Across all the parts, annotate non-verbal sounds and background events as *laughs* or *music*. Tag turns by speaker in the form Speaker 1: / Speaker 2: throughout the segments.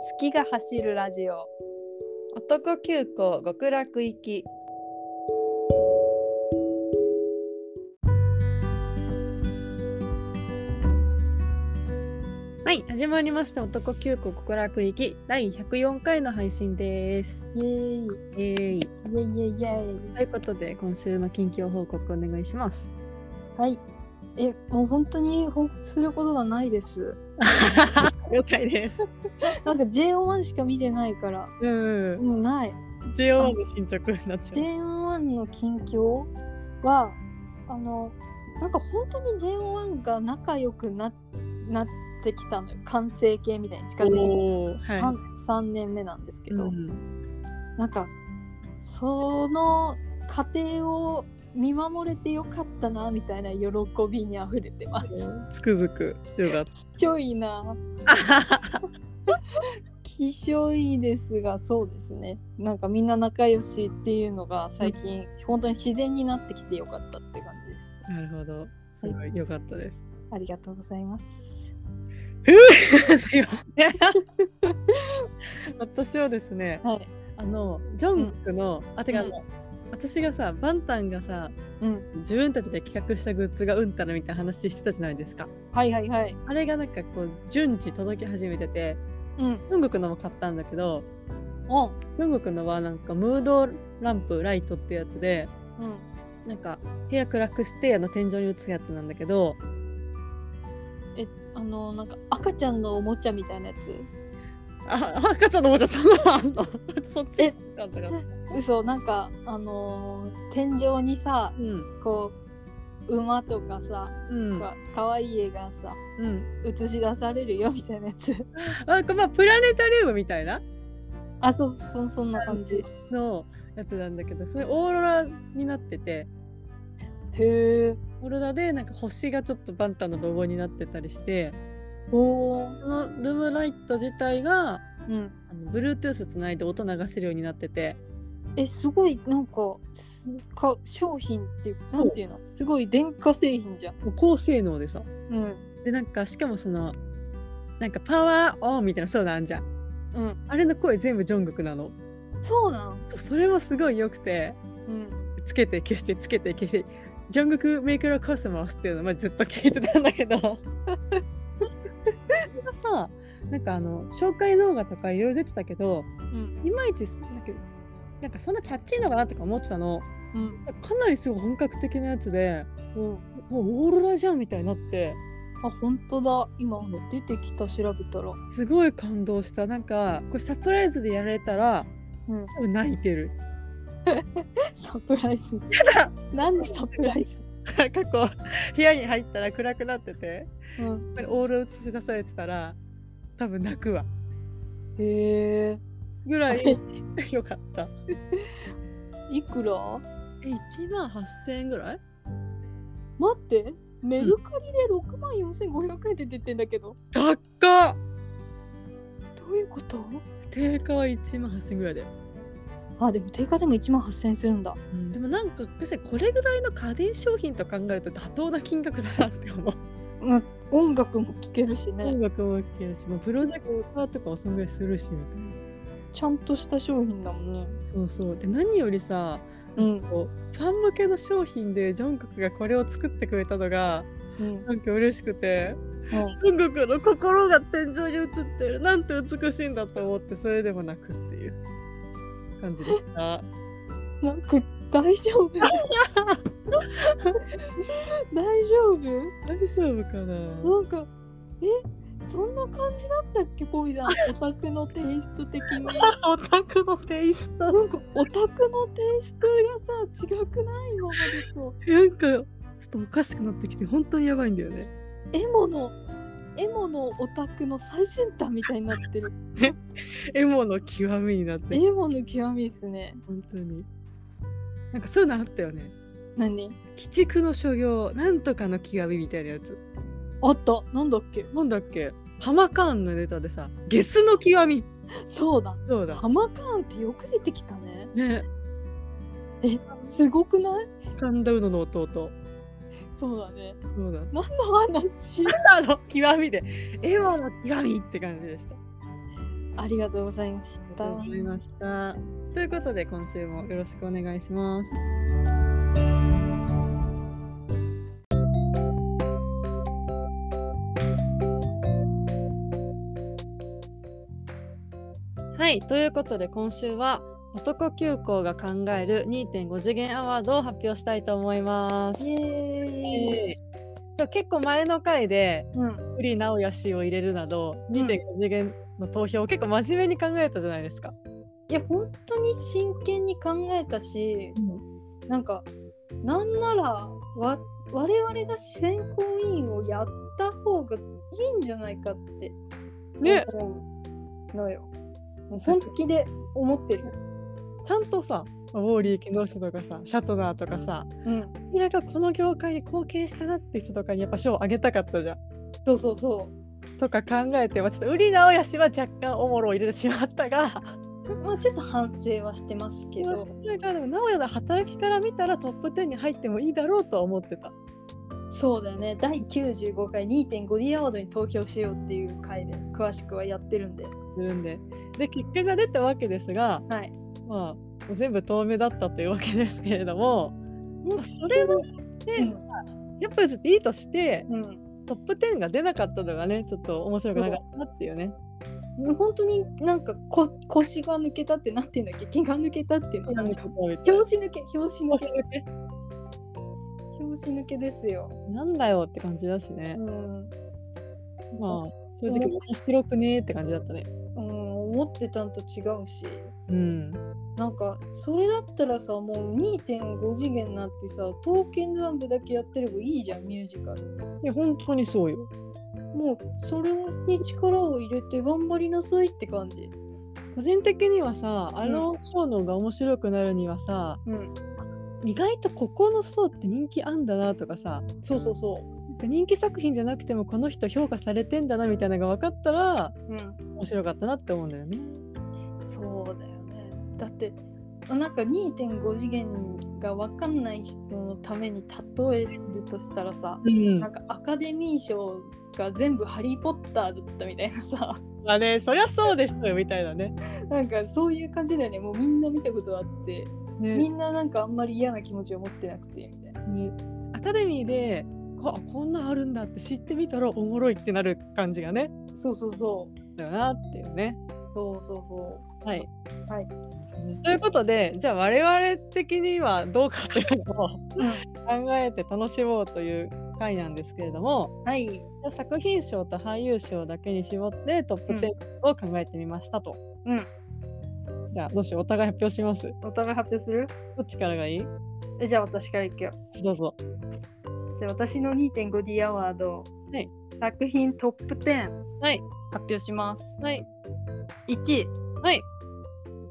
Speaker 1: 月が走るラジオ
Speaker 2: 男急行極楽行きはい始まりました男急行極楽行き第104回の配信です
Speaker 1: イエーイ
Speaker 2: え
Speaker 1: イ
Speaker 2: ーい
Speaker 1: エイイエイイエイ
Speaker 2: ということで今週の近況報告お願いします
Speaker 1: はいえもう本当に報告することがないです
Speaker 2: 了解です
Speaker 1: なんか JO1 しか見てないから
Speaker 2: うん
Speaker 1: もうない
Speaker 2: JO1 の進捗になっちゃう
Speaker 1: JO1 の近況はあのなんか本当に JO1 が仲良くななってきたのよ完成形みたいに近づいてき
Speaker 2: おー
Speaker 1: た、
Speaker 2: は
Speaker 1: 3年目なんです
Speaker 2: い
Speaker 1: けど、
Speaker 2: うん
Speaker 1: なんかその過程を見守れてよかったなみたいな喜びにあふれて
Speaker 2: *laughs*
Speaker 1: ます。
Speaker 2: つくづくよかっ
Speaker 1: きしょいな。
Speaker 2: た
Speaker 1: きしょいですがそうですね。なんかみんな仲良しっていうのが最近、本当に自然になってきてよかったって感じです。
Speaker 2: なるほどすごいよかったです
Speaker 1: ありがとうございます。
Speaker 2: すいません。 *laughs* 私はですね、
Speaker 1: はい。
Speaker 2: あのジョングクの、あてかあの、私がさバンタンがさ
Speaker 1: うん。
Speaker 2: 自分たちで企画したグッズがうんたらみたいな話してたじゃないですか。
Speaker 1: はいはいはい。
Speaker 2: あれがなんかこう順次届き始めてて、
Speaker 1: うん。
Speaker 2: ジョングクのも買ったんだけど、
Speaker 1: お。
Speaker 2: ジョングクのはなんかムードランプライトってやつで、
Speaker 1: うん。
Speaker 2: なんか部屋暗くしてあの天井に映すやつなんだけど、
Speaker 1: え、あのなんか赤ちゃんのおもちゃみたいなやつ。
Speaker 2: あ赤ちゃんのおもちゃそのあんの *laughs* そっち
Speaker 1: え
Speaker 2: だったかな。
Speaker 1: 嘘なんかあのー天井にさ
Speaker 2: うん
Speaker 1: こう馬とかさ
Speaker 2: うん
Speaker 1: か可愛い絵がさ
Speaker 2: うん。
Speaker 1: 映し出されるよみたいなやつ *laughs*
Speaker 2: あこまあプラネタリウムみたいな
Speaker 1: あそうそそんな感じ
Speaker 2: のやつなんだけどそれオーロラになってて
Speaker 1: へえ
Speaker 2: オーロラでなんか星がちょっとバンタンのロゴになってたりして
Speaker 1: おー
Speaker 2: そのルームライト自体が
Speaker 1: うん
Speaker 2: あの Bluetooth つないで音流せるようになってて
Speaker 1: えすごいなんかすか商品っていうなんていうのすごい電化製品じゃん
Speaker 2: もう高性能でさ
Speaker 1: うん
Speaker 2: でなんかしかもそのなんかパワーオンみたいなそういうのあんじゃん
Speaker 1: うん
Speaker 2: あれの声全部ジョングクなの
Speaker 1: そうなん
Speaker 2: そうそれもすごい良くて
Speaker 1: うん
Speaker 2: つけて消してつけて消してジョングクメイクラコスモスっていうのをまあずっと聞いてたんだけどこれがさなんかあの紹介動画とかいろいろ出てたけど
Speaker 1: うん
Speaker 2: いまいちなんかなんかそんなキャッチーのかなとか思ってたの
Speaker 1: うん
Speaker 2: かなりすごい本格的なやつで
Speaker 1: お
Speaker 2: もうオーロラじゃんみたいになって
Speaker 1: あ本当だ今出てきた調べたら
Speaker 2: すごい感動したなんかこれサプライズでやられたら
Speaker 1: うん
Speaker 2: 多分泣いて *laughs* る
Speaker 1: サプライズ
Speaker 2: だ
Speaker 1: なんでサプライズ
Speaker 2: 過去部屋に入ったら暗くなってて
Speaker 1: うん
Speaker 2: オーロラ映し出されてたら多分泣くわ
Speaker 1: へえ
Speaker 2: ぐらい *laughs* よかった。
Speaker 1: いくら
Speaker 2: え、1万8000円ぐらい
Speaker 1: 待ってメルカリで6万4500円で出てんだけど、
Speaker 2: 高っか
Speaker 1: どういうこと
Speaker 2: 定価は1万8000円ぐらいだよ。
Speaker 1: あでも定価でも1万8000円するんだ
Speaker 2: うん、でもなんか、確かにこれぐらいの家電商品と考えると妥当な金額だなって *laughs* 思う。
Speaker 1: うん音楽も聴けるしね、
Speaker 2: 音楽も聴けるし、もうプロジェクターとかもそんぐらいするしみたい
Speaker 1: ちゃんとした商品だもんね
Speaker 2: な。そうそう。で、何よりさ、
Speaker 1: うん
Speaker 2: こうファン向けの商品でジョンコクがこれを作ってくれたのが、
Speaker 1: うん
Speaker 2: なんか嬉しくて、
Speaker 1: うん
Speaker 2: ジョンコクの心が天井に映ってる。なんて美しいんだと思って、それでも泣くっていう感じでした。
Speaker 1: なんか大丈 *laughs* 夫大丈夫
Speaker 2: 大丈夫かな
Speaker 1: なんかえそんな感じだったっけコビさんオタクのテイスト的に
Speaker 2: オタクのテイス
Speaker 1: な
Speaker 2: ト
Speaker 1: んかオタクのテイストがさ違くない今までと
Speaker 2: なんかちょっとおかしくなってきて本当にやばいんだよね
Speaker 1: エモのエモのオタクの最先端みたいにな
Speaker 2: *laughs*
Speaker 1: ってる
Speaker 2: エモの極みになってる
Speaker 1: エモの極みですね
Speaker 2: 本当になんかそういうのあったよね
Speaker 1: 何
Speaker 2: 鬼畜の所業なんとかの極みみたいなやつ
Speaker 1: あったなんだっけ
Speaker 2: なんだっけハマカーンのネタでさゲスの極み
Speaker 1: そうだ
Speaker 2: そうだ
Speaker 1: ハマカーンってよく出てきたね
Speaker 2: ね
Speaker 1: すごくない
Speaker 2: 神田うのの弟
Speaker 1: そうだね
Speaker 2: そうだ
Speaker 1: 何の話 *laughs*
Speaker 2: あの極みでエモの極みって感じでした
Speaker 1: ありがとうございまし
Speaker 2: り
Speaker 1: た
Speaker 2: がとうございました。ということで今週もよろしくお願いします。はい、ということで今週は男急行が考える2.5次元アワードを発表したいと思います。
Speaker 1: イエーイ
Speaker 2: そう結構前の回で
Speaker 1: うん
Speaker 2: フリー直哉氏を入れるなど2.5次元の投票を結構真面目に考えたじゃないですか。
Speaker 1: いや本当に真剣に考えたしなんかなんならわ我々が選考委員をやった方がいいんじゃないかって
Speaker 2: ね
Speaker 1: 思う *laughs* のよ。もう本気で思ってるよ。
Speaker 2: ちゃんとさウォーリー木下とかさシャトナーとかさ
Speaker 1: うん、
Speaker 2: 明らかこの業界に貢献したなって人とかにやっぱ賞をあげたかったじゃん。
Speaker 1: そうそうそう。
Speaker 2: とか考えてはちょっと売り直やしは若干おもろを入れてしまったが
Speaker 1: まあちょっと反省はしてますけど、
Speaker 2: れがでも直哉の働きから見たらトップ10に入ってもいいだろうとは思ってた。
Speaker 1: そうだよね。第95回 2.5D アワードに投票しようっていう回で詳しくはやってるんで。
Speaker 2: するんでで結果が出たわけですが、
Speaker 1: はい。
Speaker 2: まあ、全部透明だったというわけですけれども、まあそれも
Speaker 1: も
Speaker 2: ね、やっぱりちょっといいとして
Speaker 1: うん、
Speaker 2: トップ10が出なかったのがねちょっと面白くなかったっていうね。
Speaker 1: うん、本当になんかこ腰が抜けたってなんていうんだっけ毛が抜けたっていうの
Speaker 2: なん
Speaker 1: 表
Speaker 2: でか食べて
Speaker 1: 紙抜け表紙抜け
Speaker 2: 面白いね
Speaker 1: 表紙抜けですよ。
Speaker 2: なんだよって感じだしね
Speaker 1: う。ん、
Speaker 2: まあ正直面白くねーって感じだったね。
Speaker 1: うん、思ってたんと違うし
Speaker 2: うん。
Speaker 1: なんかそれだったらさもう2.5次元になってさ刀剣乱舞だけやってればいいじゃんミュージカル
Speaker 2: いや本当にそうよ。
Speaker 1: もうそれに力を入れて頑張りなさいって感じ
Speaker 2: 個人的にはさあのショーの方が面白くなるにはさ、
Speaker 1: うん
Speaker 2: 意外とここの層って人気あんだなとかさ
Speaker 1: そうそうそ
Speaker 2: なんか人気作品じゃなくてもこの人評価されてんだなみたいなのが分かったら
Speaker 1: ううん
Speaker 2: 面白かったなって思うんだよね。
Speaker 1: そうだよねだってなんか2.5次元が分かんない人のために例えるとしたらさ
Speaker 2: うん
Speaker 1: なんかアカデミー賞が全部「ハリー・ポッター」だったみたいなさ *laughs*
Speaker 2: まあねそりゃそうでしょよみたいなね。
Speaker 1: なんかそういう感じだよねもうみんな見たことあってみ
Speaker 2: ね
Speaker 1: んななんかあんまり嫌な気持ちを持ってなくてみたいな
Speaker 2: ねアカデミーでここんなんあるんだって知ってみたらおもろいってなる感じがね
Speaker 1: そうそうそう
Speaker 2: だよなっていうね。
Speaker 1: そうそうそ
Speaker 2: はい、
Speaker 1: はい
Speaker 2: ということでじゃあ我々的にはどうかというのを
Speaker 1: う、う
Speaker 2: 考えて楽しもうという回なんですけれども
Speaker 1: ん、はい
Speaker 2: 作品賞と俳優賞だけに絞ってトップ10を考えてみましたと。
Speaker 1: うん
Speaker 2: じゃあどうしようお互い発表します。
Speaker 1: お互い発表する
Speaker 2: どっちからがいい
Speaker 1: えじゃあ私からいくよ
Speaker 2: どうぞ。
Speaker 1: じゃあ私の 2.5D アワード、
Speaker 2: はい
Speaker 1: 作品トップ10、
Speaker 2: はい
Speaker 1: 発表します
Speaker 2: はい。
Speaker 1: 1位
Speaker 2: はい。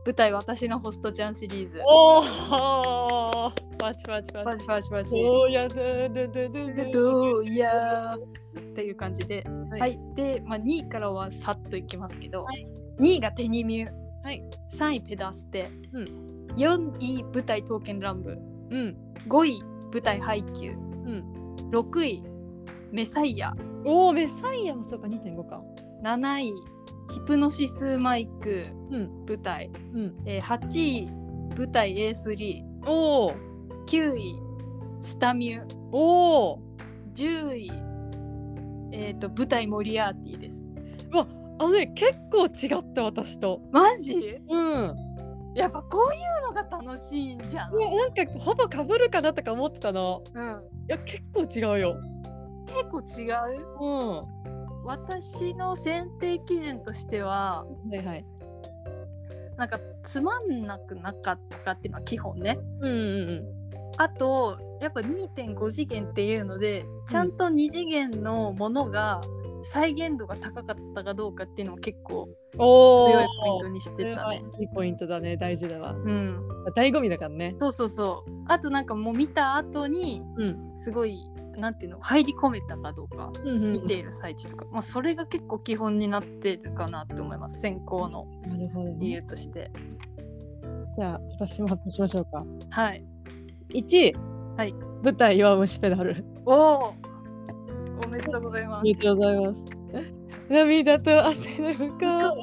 Speaker 1: 舞台「私のホストちゃん」シリーズ
Speaker 2: おおパチパチパ
Speaker 1: パ
Speaker 2: チ。
Speaker 1: チパチパチ
Speaker 2: そうやででででで
Speaker 1: どうやーっていう感じで、はいい、で、まあ、2位からはさっといきますけど、
Speaker 2: は
Speaker 1: 2位がテニミュー、
Speaker 2: はい
Speaker 1: 3位ペダステ、
Speaker 2: う
Speaker 1: 4位舞台刀剣乱舞
Speaker 2: うん。
Speaker 1: 5位舞台配給、
Speaker 2: ん
Speaker 1: 6位メサイア
Speaker 2: おおメサイアもそうか2.5か。
Speaker 1: 7位ヒプノシスマイク、
Speaker 2: うん
Speaker 1: 舞台、
Speaker 2: うん。
Speaker 1: えー8位舞台 A39
Speaker 2: おお
Speaker 1: 位スタミュー
Speaker 2: おお。
Speaker 1: 10位えっ、と舞台モリアーティです
Speaker 2: あのね結構違った私と。
Speaker 1: マジ
Speaker 2: うん。
Speaker 1: やっぱこういうのが楽しいんじゃん。
Speaker 2: ねなんかほぼ被るかなとか思ってたの。
Speaker 1: うん、
Speaker 2: いや結構違うよ。
Speaker 1: 結構違う
Speaker 2: うん。
Speaker 1: 私の選定基準としては
Speaker 2: はいはい。
Speaker 1: なんかつまんなくなかったかっていうのは基本ね
Speaker 2: うんうんうん。
Speaker 1: あとやっぱ2.5次元っていうのでちゃんと2次元のものが再現度が高かったかどうかっていうのを結構
Speaker 2: おお。
Speaker 1: 強いポイントにしてたね。
Speaker 2: いいポイントだね大事だわ。
Speaker 1: うん、
Speaker 2: 醍醐味だからね。
Speaker 1: そうそうそうあとなんかもう見た後に
Speaker 2: うん。
Speaker 1: すごいなんていうの入り込めたかどうか
Speaker 2: うんうん
Speaker 1: 見ている最中とか、まあ、それが結構基本になってるかなって思います選考の
Speaker 2: なるほど
Speaker 1: 理
Speaker 2: ね。
Speaker 1: 由として、
Speaker 2: じゃあ私も発表しましょうか。
Speaker 1: はい
Speaker 2: 一位。
Speaker 1: はい。
Speaker 2: 舞台弱虫ペダル。
Speaker 1: おおおめでとうございま
Speaker 2: あ
Speaker 1: す
Speaker 2: *laughs* りがとうございます。涙と汗の向こう側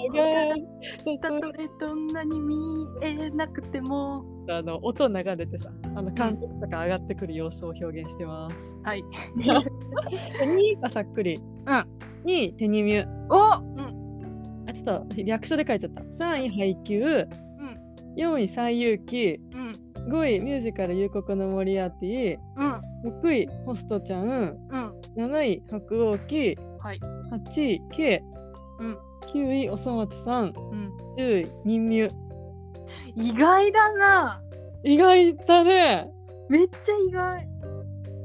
Speaker 1: たとえどんなに見えなくても
Speaker 2: あの音流れてさあの監督とか上がってくる様子を表現してます。
Speaker 1: はい
Speaker 2: 手にがさっくり。
Speaker 1: ん
Speaker 2: に手にミュ
Speaker 1: おうん
Speaker 2: あちょっと私略称で書いちゃった。3位配給、4位最有機、
Speaker 1: うん
Speaker 2: 5位ミュージカル夕刻のモリアーティ、
Speaker 1: うん
Speaker 2: 6位ホストちゃん、
Speaker 1: うん
Speaker 2: 7位白鸚記、
Speaker 1: はい
Speaker 2: 8位 K、
Speaker 1: うん
Speaker 2: 9位おそ松さん、
Speaker 1: うん
Speaker 2: 10位任ミュ
Speaker 1: 意外だな
Speaker 2: 意外だね。
Speaker 1: めっちゃ意外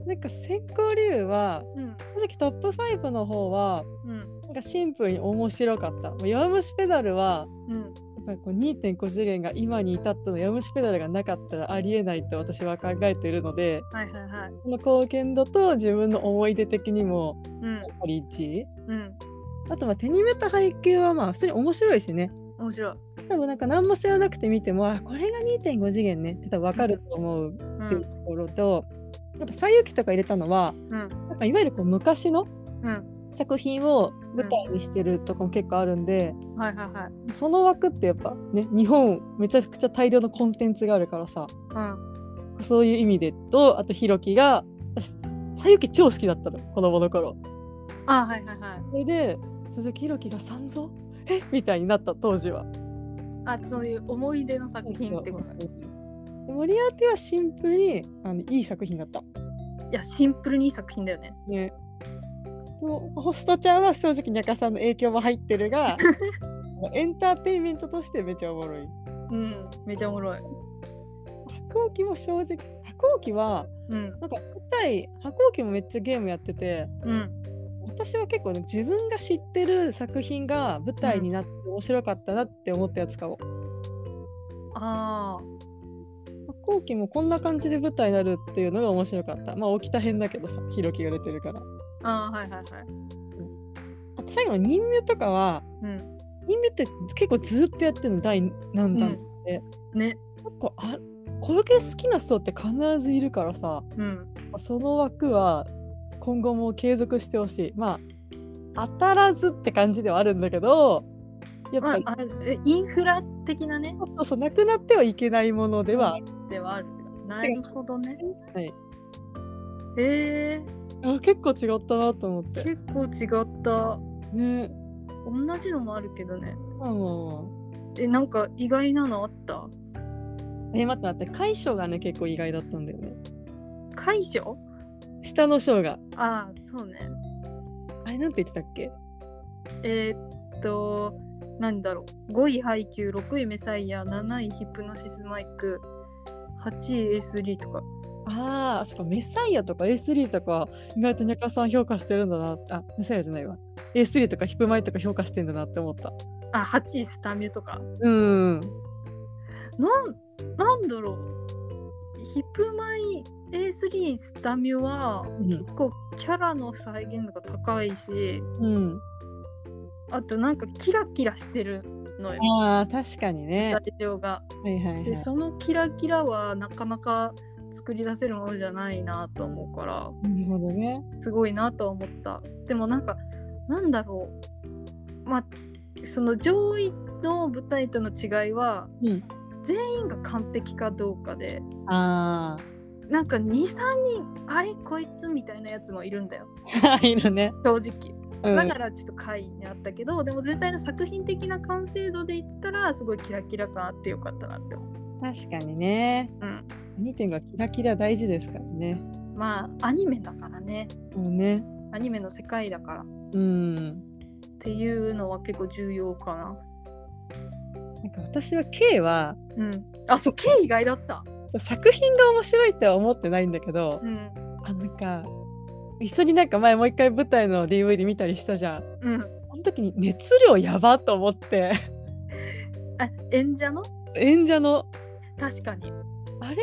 Speaker 2: なんか先行理由は
Speaker 1: うん
Speaker 2: 正直トップ5の方は
Speaker 1: うん
Speaker 2: なんかシンプルに面白かった。もう弱虫ペダルは
Speaker 1: うん
Speaker 2: やっぱりこう2.5次元が今に至ってのやむしペダルがなかったらありえないと私は考えているので
Speaker 1: はいはいはい
Speaker 2: この貢献度と自分の思い出的にも
Speaker 1: うん
Speaker 2: やっぱり1位
Speaker 1: うん
Speaker 2: あとまあ手にメタ配給はまあ普通に面白いしね
Speaker 1: 面白い
Speaker 2: 多分なんか何も知らなくて見てもあこれが2.5次元ねって多分分かると思う
Speaker 1: う
Speaker 2: っていうと
Speaker 1: ん
Speaker 2: ころとあと「西遊記」とか入れたのは
Speaker 1: うん
Speaker 2: なんかいわゆるこう昔の
Speaker 1: うん
Speaker 2: 作品を舞台にしてるとこも結構あるんで
Speaker 1: はいはいはい
Speaker 2: その枠ってやっぱね日本めちゃくちゃ大量のコンテンツがあるからさ
Speaker 1: うん
Speaker 2: そういう意味でと、あとひろきが、私、さゆき超好きだったの、子供の頃。
Speaker 1: あはいはいはい
Speaker 2: それで、鈴木ひろきが三蔵えみたいになった当時は。
Speaker 1: あそういう思い出の作品ってことね
Speaker 2: でモリアーティはシンプルにあのいい作品だった。
Speaker 1: いやシンプルにいい作品だよね
Speaker 2: ね。もうホストちゃんは正直にゃかさんの影響も入ってる
Speaker 1: *laughs*
Speaker 2: がもうエンターテインメントとしてめちゃおもろい。
Speaker 1: うんめちゃおもろい
Speaker 2: 白鸚記も正直白鸚記は
Speaker 1: うん
Speaker 2: なんか舞台白鸚記もめっちゃゲームやってて
Speaker 1: うん
Speaker 2: 私は結構ね自分が知ってる作品が舞台になって面白かったなって思ったやつかも。
Speaker 1: あ
Speaker 2: 後期もこんな感じで舞台になるっていうのが面白かった。まあ起きた編だけどさ、ひろきが出てるから。
Speaker 1: ーあーはいはいはい
Speaker 2: あと最後の任務とかは、
Speaker 1: うん
Speaker 2: 任務って結構ずっとやってるの第何弾。
Speaker 1: うんね
Speaker 2: 結構あこれ系好きな人って必ずいるからさ、
Speaker 1: うん
Speaker 2: その枠は今後も継続してほしい。まあ当たらずって感じではあるんだけど、やっ
Speaker 1: ま
Speaker 2: ぱ
Speaker 1: あ
Speaker 2: り、
Speaker 1: あれえインフラ的なね
Speaker 2: そうそうなくなってはいけないものではある
Speaker 1: ではあるなるほどね
Speaker 2: はい
Speaker 1: えー、
Speaker 2: あ結構違ったなと思って。
Speaker 1: 結構違った
Speaker 2: ね。
Speaker 1: 同じのもあるけどね
Speaker 2: まあまあま
Speaker 1: えなんか意外なのあった
Speaker 2: あ。え、待って待って、解消がね、結構意外だったんだよね。
Speaker 1: 解消
Speaker 2: 下の章が。
Speaker 1: ああそうね
Speaker 2: あれなんて言ってたっけ
Speaker 1: えーっと何だろう5位配給6位メサイア7位ヒプノシスマイク8位 A3 とか
Speaker 2: ああ、そっか、メサイアとか A3 とか、意外とニャカさん評価してるんだな。あ、メサイアじゃないわ。A3 とかヒップマイとか評価してんだなって思った。
Speaker 1: あ8位スタミュとか
Speaker 2: うん。
Speaker 1: なんなんだろうヒプマイ A3 スタミュは
Speaker 2: うん
Speaker 1: 結構キャラの再現度が高いし
Speaker 2: うん。
Speaker 1: あとなんかキラキラしてるのよ
Speaker 2: ああ、確かにね。は
Speaker 1: 材料が。
Speaker 2: いはいはい。
Speaker 1: でそのキラキラはなかなか作り出せるものじゃないなと思うから
Speaker 2: なるほどね。
Speaker 1: すごいなとは思ったでもなんかなんだろうまあその上位の舞台との違いは
Speaker 2: うん。
Speaker 1: 全員が完璧かどうかで
Speaker 2: あ
Speaker 1: なんか23人あれこいつみたいなやつもいるんだよ
Speaker 2: あ。 *laughs* いるね。
Speaker 1: 正直
Speaker 2: うん、
Speaker 1: だからちょっと下位になったけど、でも全体の作品的な完成度で言ったらすごいキラキラ感あってよかったなって思う
Speaker 2: 確かにね。
Speaker 1: うん
Speaker 2: 2.5キラキラ大事ですからね。
Speaker 1: まあアニメだからね
Speaker 2: もうね。
Speaker 1: アニメの世界だからっ
Speaker 2: うん。
Speaker 1: ていうのは結構重要かな
Speaker 2: なんか私は K は
Speaker 1: うんあそう K 意外だった
Speaker 2: そう作品が面白いっては思ってないんだけど
Speaker 1: うん
Speaker 2: あなんか一緒になんか前もう一回舞台の DVD 見たりしたじゃん
Speaker 1: うん
Speaker 2: あの時に熱量やばと思って *laughs*
Speaker 1: あ演者の
Speaker 2: 演者の
Speaker 1: 確かに
Speaker 2: あれっ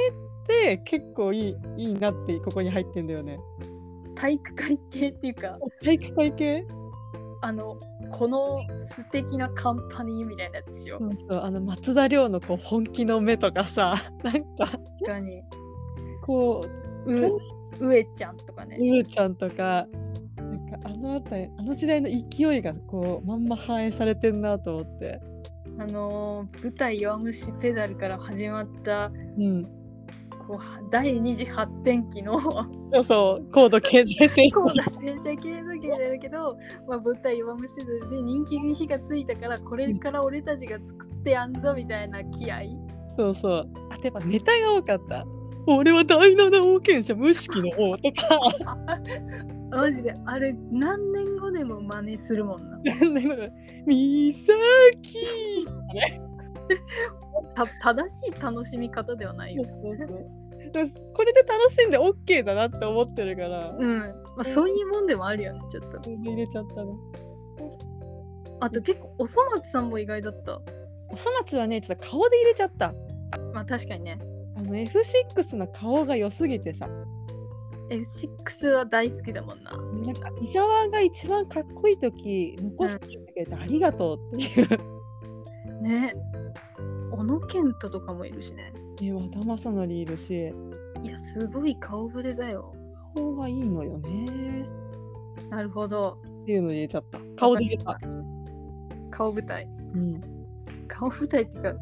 Speaker 2: て結構いいいいなってここに入ってんだよね
Speaker 1: 体育会系っていうか
Speaker 2: 体育会系
Speaker 1: あのこの素敵なカンパニーみたいなやつしよ
Speaker 2: そううそうあの松田涼のこう本気の目とかさ *laughs* なんか
Speaker 1: 確かに
Speaker 2: こう
Speaker 1: ううえちゃんとかね
Speaker 2: ゆうちゃんとかなんかかあのあたりあの時代の勢いがこうまんま反映されてんなと思って、
Speaker 1: あのー舞台「弱虫ペダル」から始まった
Speaker 2: うん、
Speaker 1: こうは第二次発展期の *laughs* 高
Speaker 2: そうそう高度経済成長
Speaker 1: 度成長経済期なんだけど、まあ、舞台「弱虫ペダル」で人気に火がついたからこれから俺たちが作ってやんぞみたいな気合い
Speaker 2: そうそうあとやっぱネタが多かった俺は第七王権者無識の王とか
Speaker 1: マジであれ何年後でも真似するもんな
Speaker 2: なんだこれ *laughs* 美咲
Speaker 1: た正しい楽しみ方ではない
Speaker 2: そう
Speaker 1: よ
Speaker 2: そうそうでもこれで楽しんで OK だなって思ってるから
Speaker 1: うん、まあ、そういうもんでもあるよねちょっと
Speaker 2: それで入れちゃったね
Speaker 1: あと結構おそ松さんも意外だった
Speaker 2: おそ松はねちょっと顔で入れちゃった
Speaker 1: まあ確かにね
Speaker 2: あの F6 の顔が良すぎてさ
Speaker 1: F6 は大好きだもんな
Speaker 2: なんか伊沢が一番かっこいい時残してくれてありがとうっていう、
Speaker 1: ね小野健人とかもいるしね
Speaker 2: ね和田正成いるし
Speaker 1: いやすごい顔ぶれだよ
Speaker 2: 顔がいいのよね
Speaker 1: なるほど
Speaker 2: っていうの入れちゃった顔で入れた、
Speaker 1: 顔舞台
Speaker 2: うん、
Speaker 1: 顔舞台っていうか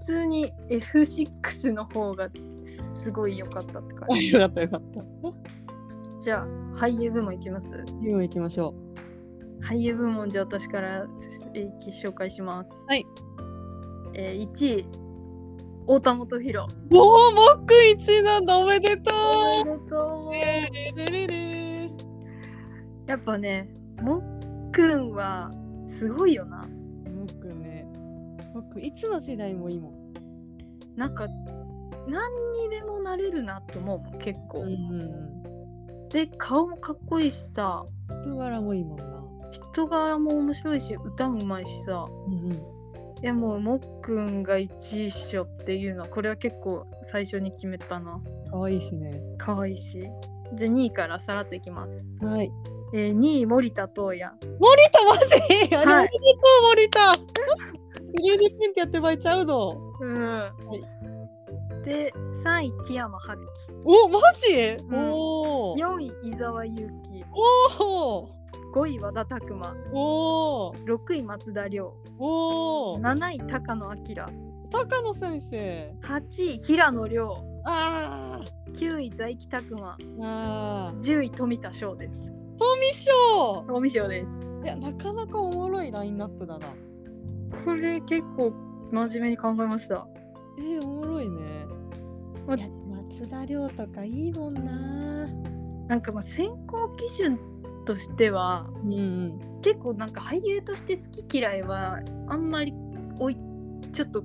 Speaker 1: 普通に F6 の方がすごい良かったって感
Speaker 2: あ
Speaker 1: じ
Speaker 2: よかったよかった
Speaker 1: じゃあ俳優部門いきます
Speaker 2: 次も行きましょ
Speaker 1: 俳優部門じゃあ私からえー紹介します
Speaker 2: はい、
Speaker 1: えー、1位太田元博
Speaker 2: うおおもっくん1位なんだおめでと
Speaker 1: おめでと
Speaker 2: う
Speaker 1: う
Speaker 2: ねれれれれ
Speaker 1: やっぱねもっくんはすごいよな
Speaker 2: もっくんねもっくんいつの時代もいいもん、
Speaker 1: なんか何にでもなれるなと思うもん結構、
Speaker 2: ん、
Speaker 1: で顔もかっこいいしさ
Speaker 2: 人柄もいいもんな
Speaker 1: 人柄も面白いし歌もうまいしさ
Speaker 2: うんうん
Speaker 1: いやもうもっくんが1位っしょっていうのはこれは結構最初に決めたな
Speaker 2: 可愛いしね
Speaker 1: 可愛いしじゃあ2位からさらっといきます、
Speaker 2: はい
Speaker 1: えー、2位森田東也
Speaker 2: 森田マジあれお
Speaker 1: は
Speaker 2: め
Speaker 1: い
Speaker 2: でとう、森田 3D ピンってやってばいちゃうの
Speaker 1: うん、で3位木山春
Speaker 2: おマジ、
Speaker 1: ん
Speaker 2: おお
Speaker 1: 樹4位伊沢祐樹
Speaker 2: お
Speaker 1: 5位和田拓磨
Speaker 2: ーおー
Speaker 1: 6位松田涼
Speaker 2: おー
Speaker 1: 7位高野晃
Speaker 2: 高野先生
Speaker 1: 8位平野亮
Speaker 2: あー
Speaker 1: 9位財木拓磨
Speaker 2: あー
Speaker 1: 10位富田翔です
Speaker 2: 富翔
Speaker 1: 富翔です
Speaker 2: いやなかなかおもろいラインナップだな
Speaker 1: これ結構真面目に考えました
Speaker 2: えー、おもろいね
Speaker 1: ま
Speaker 2: いや松田涼とかいいもんな
Speaker 1: なんかまあ選考基準としては
Speaker 2: うんうん
Speaker 1: 結構なんか俳優として好き嫌いはあんまりおいちょっと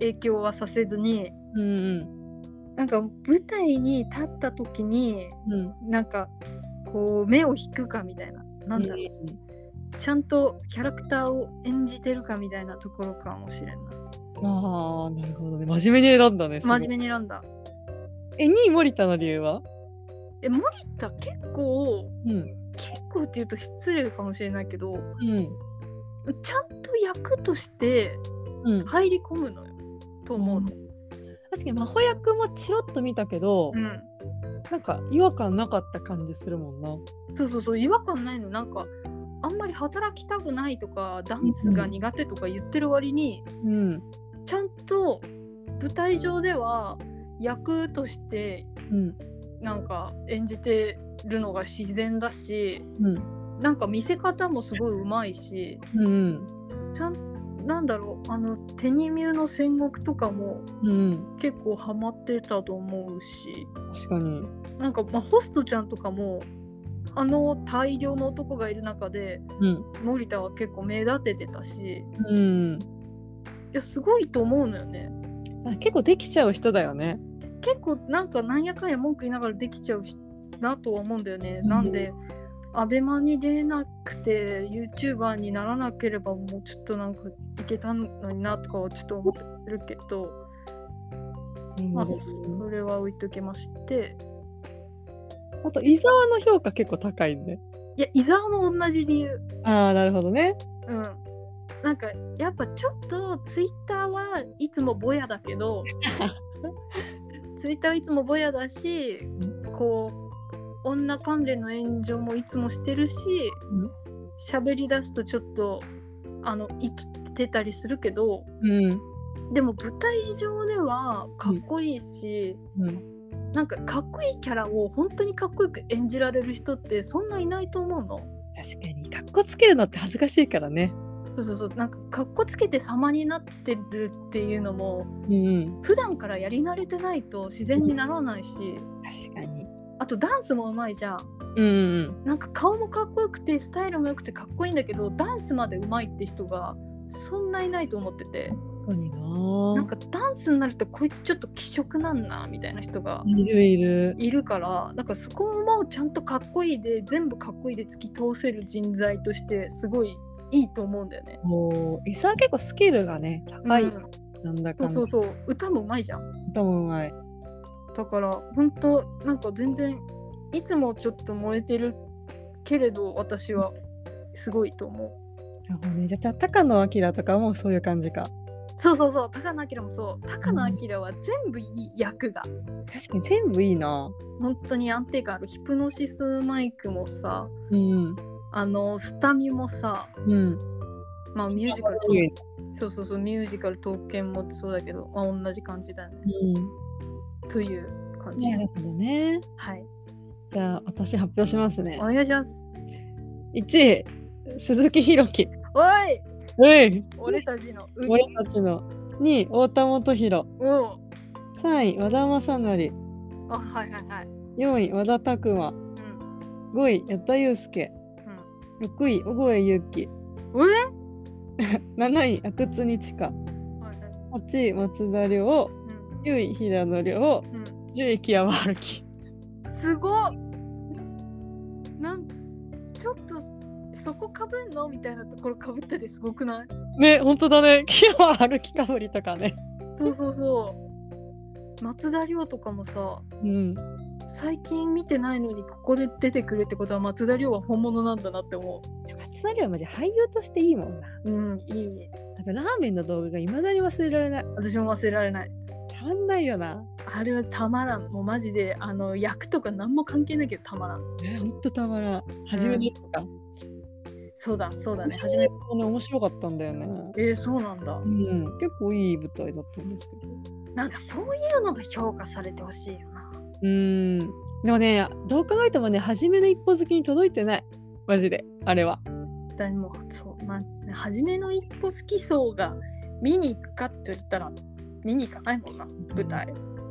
Speaker 1: 影響はさせずに
Speaker 2: うん
Speaker 1: なんか舞台に立った時に
Speaker 2: うんうん
Speaker 1: なんかこう目を引くかみたいななんだろう、ちゃんとキャラクターを演じてるかみたいなところかもしれんな
Speaker 2: ああなるほどね真面目に選んだね
Speaker 1: 真面
Speaker 2: 目
Speaker 1: 目に選んだ
Speaker 2: え2位森田の理由は
Speaker 1: え森田結構
Speaker 2: うん
Speaker 1: 結構っていうと失礼かもしれないけど
Speaker 2: うん
Speaker 1: ちゃんと役として
Speaker 2: うん
Speaker 1: 入り込むのよと思うの
Speaker 2: 確かに真帆役もチロッと見たけど、
Speaker 1: うん、
Speaker 2: なんか違和感なかった感じするもんな
Speaker 1: そうそうそう違和感ないのなんかあんまり働きたくないとかダンスが苦手とか言ってる割に
Speaker 2: うん
Speaker 1: ちゃんと舞台上では役として
Speaker 2: うん
Speaker 1: なんか演じてるのが自然だし
Speaker 2: うん
Speaker 1: なんか見せ方もすごいうまいし
Speaker 2: うん
Speaker 1: ちゃんなんだろうあの「テニミューの戦国」とかも
Speaker 2: うん
Speaker 1: 結構ハマってたと思うし
Speaker 2: 確かに
Speaker 1: なんか、まあ、ホストちゃんとかもあの大量の男がいる中で
Speaker 2: うん
Speaker 1: 森田は結構目立ててたしい
Speaker 2: うん
Speaker 1: やすごいと思うのよね
Speaker 2: あ結構できちゃう人だよね
Speaker 1: 結構なんかなんやかんや文句言いながらできちゃうしなとは思うんだよね、なんでアベマに出なくて YouTuber にならなければもうちょっとなんかいけたのになとかはちょっと思ってるけど、まあ、それは置いときまして
Speaker 2: あと伊沢の評価結構高いんで
Speaker 1: いや伊沢も同じ理由
Speaker 2: ああなるほどね
Speaker 1: うんなんかやっぱちょっとツイッターはいつもぼやだけ
Speaker 2: *laughs*
Speaker 1: どツイッターはいつもぼやだしこう女関連の炎上もいつもしてるし
Speaker 2: うん
Speaker 1: 喋、り出すとちょっとあの生きてたりするけど
Speaker 2: うん
Speaker 1: でも舞台上ではかっこいいし、
Speaker 2: うん
Speaker 1: なんかかっこいいキャラを本当にかっこよく演じられる人ってそんないないと思うの。
Speaker 2: 確かにかっこつけるのって恥ずかしいからね
Speaker 1: そうそうそうなんかかっこつけて様になってるっていうのも
Speaker 2: うんうん
Speaker 1: 普段からやり慣れてないと自然にならないし
Speaker 2: 確かに
Speaker 1: あとダンスもうまいじゃん
Speaker 2: うんうん
Speaker 1: なんか顔もかっこよくてスタイルもよくてかっこいいんだけどダンスまでうまいって人がそんないないと思ってて
Speaker 2: 確かにな
Speaker 1: なんかダンスになるとこいつちょっと気色なんなみたいな人が
Speaker 2: いるいる
Speaker 1: いるからなんかそこもちゃんとかっこいいで全部かっこいいで突き通せる人材としてすごいいいと思うんだよね。
Speaker 2: もう伊沢結構スキルがね高い、
Speaker 1: うん
Speaker 2: なんだか
Speaker 1: そ
Speaker 2: ん
Speaker 1: う
Speaker 2: だ
Speaker 1: そうそう歌もうまいじゃん。
Speaker 2: 歌もうまい
Speaker 1: だから本当なんか全然いつもちょっと燃えてるけれど私はすごいと思う
Speaker 2: なるほどねじゃあ高野明とかもそういう感じか
Speaker 1: そうそうそう高野明もそう高野明は全部いい役が
Speaker 2: 確かに全部いいな
Speaker 1: 本当に安定感あるヒプノシスマイクもさ
Speaker 2: うん
Speaker 1: あのスタミもさ
Speaker 2: うん
Speaker 1: まあミュージカル
Speaker 2: うん
Speaker 1: そうそうそうミュージカル刀剣もそうだけど、まあ、同じ感じだよねという感じで
Speaker 2: な
Speaker 1: す
Speaker 2: るほどね
Speaker 1: はい
Speaker 2: じゃあ私発表しますね
Speaker 1: お願いします
Speaker 2: 1位鈴木ひろき
Speaker 1: おい
Speaker 2: うん
Speaker 1: 俺たちのウ
Speaker 2: 俺たちの2位太田元宏
Speaker 1: おう
Speaker 2: 3位和田正成
Speaker 1: あはいはいはい
Speaker 2: 4位和田拓馬
Speaker 1: うん
Speaker 2: 5位矢田悠介6位小越優樹
Speaker 1: うんえ
Speaker 2: 7位阿久津にちか
Speaker 1: はいはい
Speaker 2: 8位松田涼
Speaker 1: うん
Speaker 2: 9位平野涼
Speaker 1: うん
Speaker 2: 10位木山春樹
Speaker 1: すごっなんちょっとそこかぶんのみたいなところかぶっててすごくない
Speaker 2: ね本当だね *laughs* 木山春樹かぶりとかね
Speaker 1: そうそうそう *laughs* 松田涼とかもさ
Speaker 2: うん
Speaker 1: 最近見てないのにここで出てくるってことは松田涼は本物なんだなって思
Speaker 2: 松田涼はマジ俳優としていいもんな
Speaker 1: ううんいい
Speaker 2: あとラーメンの動画がいまだに忘れられない
Speaker 1: 私も忘れられない
Speaker 2: たまんないよな
Speaker 1: あれはたまらんもうマジであの役とか何も関係ないけどたまらん
Speaker 2: えほんとたまらん初めてとか、
Speaker 1: そうだそうだね
Speaker 2: 初
Speaker 1: 初
Speaker 2: め
Speaker 1: め
Speaker 2: てね面白かったんだよね
Speaker 1: えー、そうなんだ
Speaker 2: うん、結構いい舞台だったんですけど
Speaker 1: なんかそういうのが評価されてほしいよな
Speaker 2: うんでもねどう考えてもね初めの一歩好きに届いてないマジであれは
Speaker 1: でもそう、まあ、初めの一歩好きそうが見に行くかって言ったら見に行かないもんな舞台。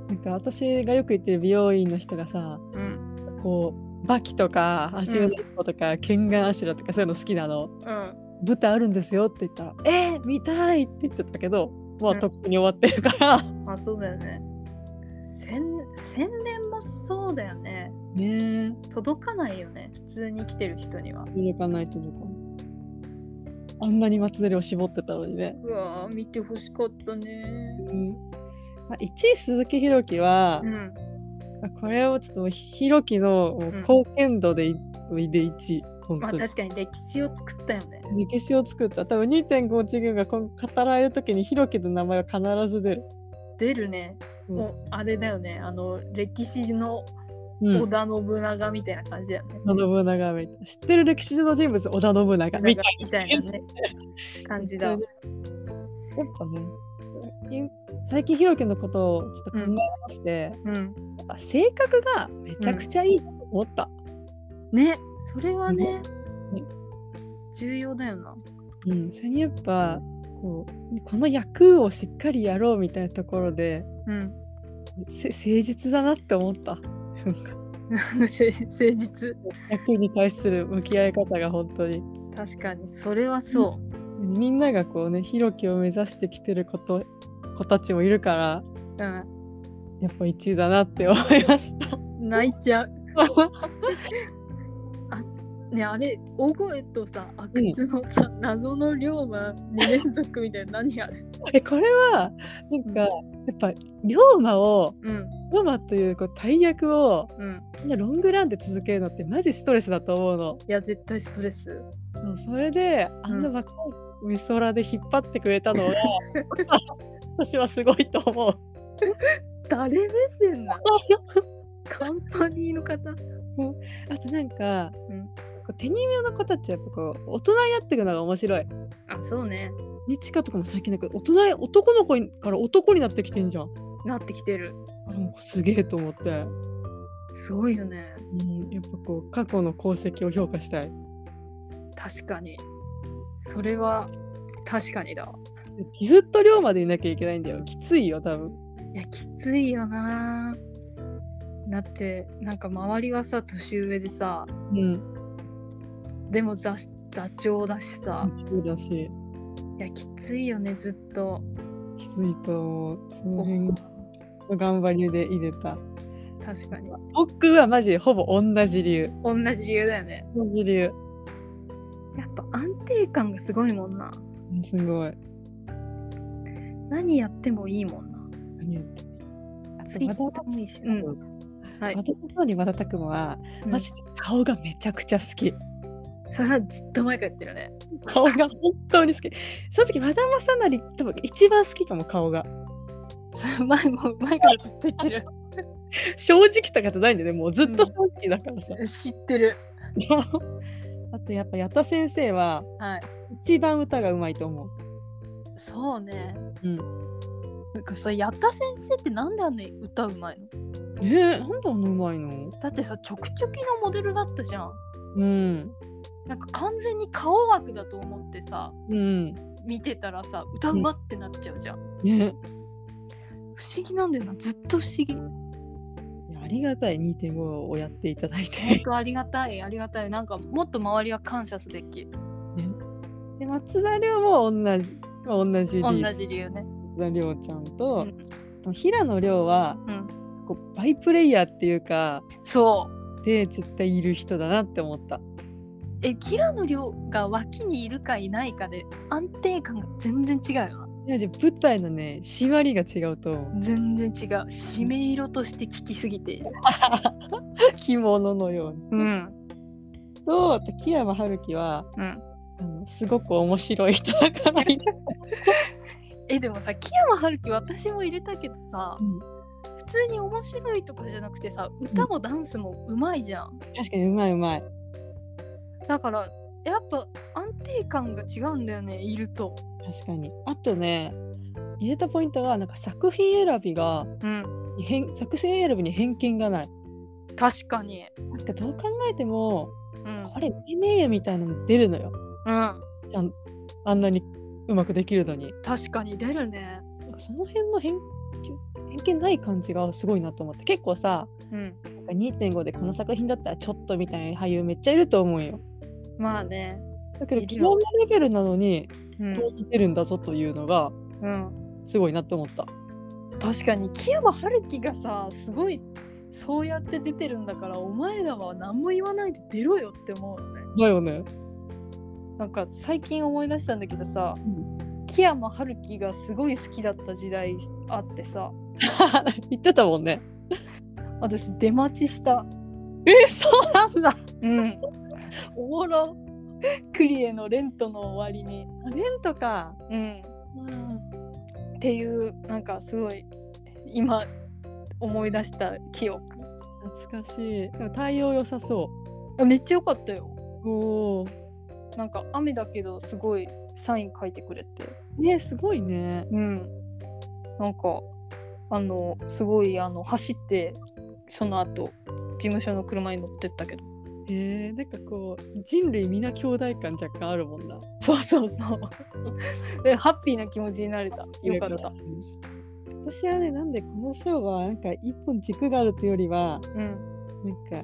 Speaker 2: なんか私がよく言ってる美容院の人がさ
Speaker 1: うん
Speaker 2: こうバキとか足裏の一歩とか、剣眼足裏とかそういうの好きなの
Speaker 1: うん
Speaker 2: 舞台あるんですよって言ったら「えー、見たい!」って言ってたけどまあ
Speaker 1: うん
Speaker 2: とっくに終わってるから、
Speaker 1: まあそうだよね。宣宣伝もそうだよね。
Speaker 2: ねえ
Speaker 1: 届かないよね普通に来てる人には。
Speaker 2: 届かない届かないあんなに松田涼絞ってたのにね、
Speaker 1: うわー見てほしかったね。
Speaker 2: うんまあ、1位鈴木ひろきは
Speaker 1: う、ん
Speaker 2: まあこれをちょっともうひろきのもう貢献度で,、で1位本
Speaker 1: まあ
Speaker 2: 当に。
Speaker 1: 確かに歴史を作ったよね。
Speaker 2: 歴史を作った多分2.5次元が今後語られる時にひろきの名前は必ず出る。
Speaker 1: 出るね。
Speaker 2: うん
Speaker 1: もうあれだよねあの歴史の
Speaker 2: うん
Speaker 1: 織田信長みたいな感じだよね。
Speaker 2: 織田信長みたいな知ってる歴史上の人物織田信長みたい
Speaker 1: みたいなね感じだ。
Speaker 2: なやっぱねい最近ひろきのことをちょっと考えまして、
Speaker 1: うん
Speaker 2: やっぱ性格がめちゃくちゃいいと思った、
Speaker 1: ねそれはね
Speaker 2: ね
Speaker 1: 重要だよな
Speaker 2: うんそれにやっぱこうこの役をしっかりやろうみたいなところで
Speaker 1: うん *laughs*
Speaker 2: せ誠実だなって思ったなんか
Speaker 1: せ誠実
Speaker 2: 役に対する向き合い方が本当に
Speaker 1: 確かにそれはそ
Speaker 2: みんながこうねひろきを目指してきてること子たちもいるから
Speaker 1: う、
Speaker 2: やっぱ1位だなって思いました
Speaker 1: うん、泣いちゃうねあれ大声とさ阿久津のさ、謎の龍馬2連続みたいな何あれ
Speaker 2: *laughs* えこれはなんかやっぱ龍馬を
Speaker 1: うん
Speaker 2: 龍馬というこう大役を
Speaker 1: うん
Speaker 2: みんなロングランで続けるのってマジストレスだと思うの
Speaker 1: いや絶対ストレス
Speaker 2: そうそれであんな若い美空で引っ張ってくれた *laughs* のは私はすごいと *laughs* 思う
Speaker 1: 誰目線なカンパニーの方
Speaker 2: あとなんか、
Speaker 1: うん
Speaker 2: こう手に目の子たちはやっぱこう大人になっていくのが面白い。
Speaker 1: あそうね
Speaker 2: にちかとかも最近なんか大人男の子にから男になってきてんじゃん。
Speaker 1: なってきてる
Speaker 2: なんかすげえと思って、
Speaker 1: すごいよね
Speaker 2: うん、やっぱこう過去の功績を評価したい。
Speaker 1: 確かにそれは確かにだわ
Speaker 2: ずっと寮までいなきゃいけないんだよ。きついよ多分。
Speaker 1: いやきついよなだってなんか周りはさ年上でさ
Speaker 2: うん。
Speaker 1: でも座座長だしさ
Speaker 2: そうだし、
Speaker 1: いやきついよねずっと
Speaker 2: きついと思う。その辺の頑張りで入れた。
Speaker 1: 確かに
Speaker 2: 僕はマジほぼ同じ理由。
Speaker 1: 同じ理由だよね
Speaker 2: 同じ理由。
Speaker 1: やっぱ安定感がすごいもんな
Speaker 2: うんすごい。
Speaker 1: 何やってもいいもんな
Speaker 2: 何やって
Speaker 1: ツイッターもいいし、うん、はい
Speaker 2: 私の方に和田拓馬は、
Speaker 1: うん
Speaker 2: マジで顔がめちゃくちゃ好き。
Speaker 1: それはずっと前から言ってるね
Speaker 2: 顔が本当に好き。正直、和田正成、多分一番好きかも、顔が。
Speaker 1: それ前も前からずっと言ってる
Speaker 2: 正直とかじゃないんだよね、もうずっと正直だからさ。
Speaker 1: *laughs* 知ってる
Speaker 2: あと、やっぱ、矢田先生は、
Speaker 1: はい
Speaker 2: 一番歌がうまいと思う。
Speaker 1: そうね
Speaker 2: うん
Speaker 1: なんかさ矢田先生ってなんであんなに歌うまいの
Speaker 2: えー、なんであんなうまいの
Speaker 1: だってさちょくちょきのモデルだったじゃん
Speaker 2: うん。
Speaker 1: なんか完全に顔枠だと思ってさ
Speaker 2: うん。
Speaker 1: 見てたらさ歌うまってなっちゃうじゃん、
Speaker 2: ね。
Speaker 1: 不思議なんだよなずっと不思議
Speaker 2: いやありがたい、2.5をやっていただい
Speaker 1: 本
Speaker 2: て。
Speaker 1: 当ありがたいありがたいなんかもっと周りは感謝すべき
Speaker 2: で、松田涼も同じ、まあ、同じ理
Speaker 1: 同
Speaker 2: 由。
Speaker 1: じ理由ね
Speaker 2: 松田涼ちゃんと、
Speaker 1: うん
Speaker 2: 平野涼は、
Speaker 1: うん
Speaker 2: こうバイプレイヤーっていうか
Speaker 1: そう
Speaker 2: で絶対いる人だなって思った
Speaker 1: え平野亮が脇にいるかいないかで安定感が全然違うよない
Speaker 2: やじゃあ舞台のね締まりが違うと思う
Speaker 1: 全然違う締め色として聞きすぎている
Speaker 2: 着物のように、
Speaker 1: うん
Speaker 2: とあと木山春樹は
Speaker 1: うん
Speaker 2: あのすごく面白い人だから
Speaker 1: えでもさ木山春樹私も入れたけどさ普通に面白いとかじゃなくてさ歌もダンスもうまいじゃん
Speaker 2: 確かにうまいうまい
Speaker 1: だからやっぱ安定感が違うんだよねいると
Speaker 2: 確かにあとね入れたポイントはなんか作品選びが
Speaker 1: うん
Speaker 2: 偏作品選びに偏見がない
Speaker 1: 確かに
Speaker 2: なんかどう考えても
Speaker 1: うん
Speaker 2: これ見えねえよみたいなの出るのよ
Speaker 1: うん
Speaker 2: ちゃんあんなにうまくできるのに
Speaker 1: 確かに出るね
Speaker 2: なんかその辺の偏偏見ない感じがすごいなと思って結構さ
Speaker 1: うん
Speaker 2: なんか2.5でこの作品だったらちょっとみたいな俳優めっちゃいると思うよ
Speaker 1: まあね
Speaker 2: だけど
Speaker 1: いる
Speaker 2: 基
Speaker 1: よ
Speaker 2: 本のレベルなのに
Speaker 1: うん
Speaker 2: どう見てるんだぞというのが
Speaker 1: うん、
Speaker 2: すごいなと思った
Speaker 1: 確かに木山春樹がさすごいそうやって出てるんだからお前らは何も言わないで出ろよって思うよね
Speaker 2: だよね
Speaker 1: なんか最近思い出したんだけどさ、木山春樹がすごい好きだった時代あってさ
Speaker 2: 言ってたもんね
Speaker 1: 私出待ちした
Speaker 2: えそうなんだ
Speaker 1: うん
Speaker 2: おもろ
Speaker 1: クリエのレントの終わりに
Speaker 2: あレンとか
Speaker 1: うん
Speaker 2: うん
Speaker 1: っていうなんかすごい今思い出した記憶
Speaker 2: 懐かしいでも対応良さそ
Speaker 1: あめっちゃ良かったよ
Speaker 2: うおー
Speaker 1: なんか雨だけどすごいサイン書いてくれて
Speaker 2: ねすごいね
Speaker 1: うん、なんかあのすごいあの走ってその後事務所の車に乗ってったけど
Speaker 2: えー、なんかこう人類皆兄弟感若干あるもんな
Speaker 1: そうそうそう *laughs* でハッピーな気持ちになれたよかった
Speaker 2: 私はねなんでこの賞はなんか一本軸があるというよりは
Speaker 1: うん
Speaker 2: なん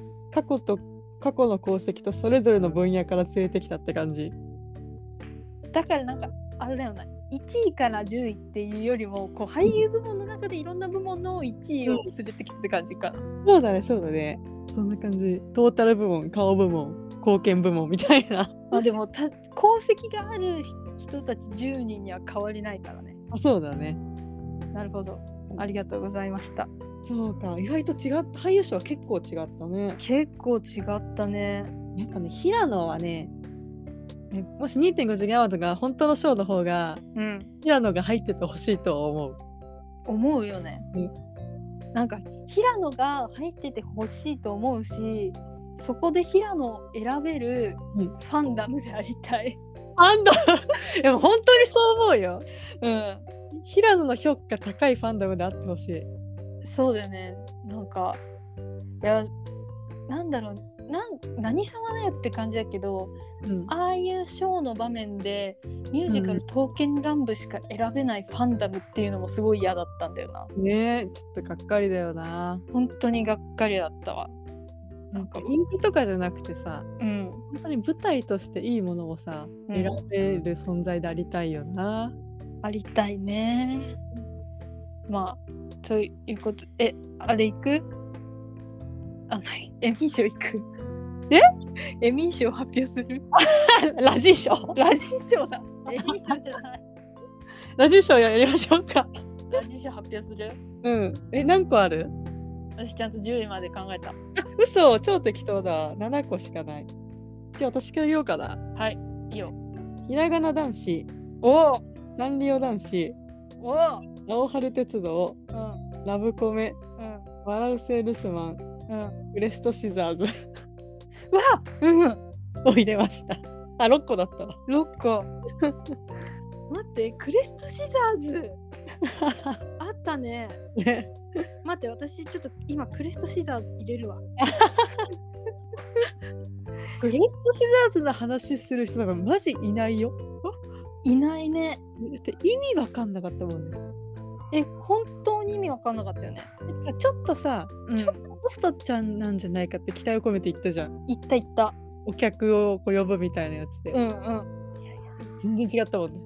Speaker 2: か過去と過去の功績とそれぞれの分野から連れてきたって感じ
Speaker 1: だからなんかあれだよな1位から10位っていうよりもこう俳優部門の中でいろんな部門の1位を連れてきて感じかな、
Speaker 2: そうだねそうだねそんな感じトータル部門顔部門貢献部門みたいな
Speaker 1: まあでもた功績がある人たち10人には変わりないからね
Speaker 2: あそうだね
Speaker 1: なるほどありがとうございました
Speaker 2: そうか意外と違った俳優賞は結構違ったね
Speaker 1: 結構違ったね
Speaker 2: やっぱね平野はねねもし2.5次元アワードが本当の賞の方が
Speaker 1: うん
Speaker 2: 平野が入っててほしいとは思う
Speaker 1: 思うよね
Speaker 2: うん。
Speaker 1: なんか平野が入っててほしいと思うしそこで平野を選べる
Speaker 2: う
Speaker 1: フ
Speaker 2: ん
Speaker 1: ァンダムでありたい。
Speaker 2: ファンダム *laughs* いやもう本当にそう思うよ
Speaker 1: うん、
Speaker 2: 平野の評価高いファンダムであってほしい
Speaker 1: そうだよね。なんか、いや、なんだろう、なん何様だよって感じだけど、
Speaker 2: うん
Speaker 1: ああいうショーの場面でミュージカル
Speaker 2: う
Speaker 1: 「刀剣乱舞」しか選べないファンダムっていうのもすごい嫌だったんだよな
Speaker 2: ねえちょっとがっかりだよな
Speaker 1: 本当にがっかりだったわ
Speaker 2: なんか人気とかじゃなくてさ
Speaker 1: うん
Speaker 2: 本当に舞台としていいものをさ、
Speaker 1: うん
Speaker 2: 選べる存在でありたいよな
Speaker 1: ありたいねまあということえあれ行くあのエミー賞行く
Speaker 2: え
Speaker 1: エミー賞発表する
Speaker 2: *laughs* ラジショ
Speaker 1: ラジ賞だエミー賞じゃない
Speaker 2: *laughs* ラジショやりましょうか
Speaker 1: ラジ賞発表する
Speaker 2: うんえ何個ある
Speaker 1: 私ちゃんと10位まで考えた
Speaker 2: 嘘超適当だ7個しかないじゃあ私から言おうかな
Speaker 1: はいいいよ
Speaker 2: ひらがな男子
Speaker 1: おお
Speaker 2: サンリオ男子
Speaker 1: おお
Speaker 2: 青春鉄道
Speaker 1: うん
Speaker 2: ラブコメ
Speaker 1: うん
Speaker 2: バランセールスマン
Speaker 1: うん
Speaker 2: ブレストシザーズ *laughs*
Speaker 1: わうん
Speaker 2: を入れましたあ6個だったわ
Speaker 1: 六 *laughs* 個待ってクレストシザーズあったね
Speaker 2: *laughs* ね
Speaker 1: 待って私ちょっと今クレストシザーズ入れるわ
Speaker 2: ブレストシザーズの話する人なんかマジいないよ
Speaker 1: いないね
Speaker 2: だって意味わかんなかったもんね
Speaker 1: え本当に意味わかんなかったよね
Speaker 2: さちょっとさ、
Speaker 1: うん
Speaker 2: ちょっとポストちゃんなんじゃないかって期待を込めて言ったじゃん
Speaker 1: いったいった
Speaker 2: お客をこう呼ぶみたいなやつで、
Speaker 1: うんうん
Speaker 2: 全然違ったもんね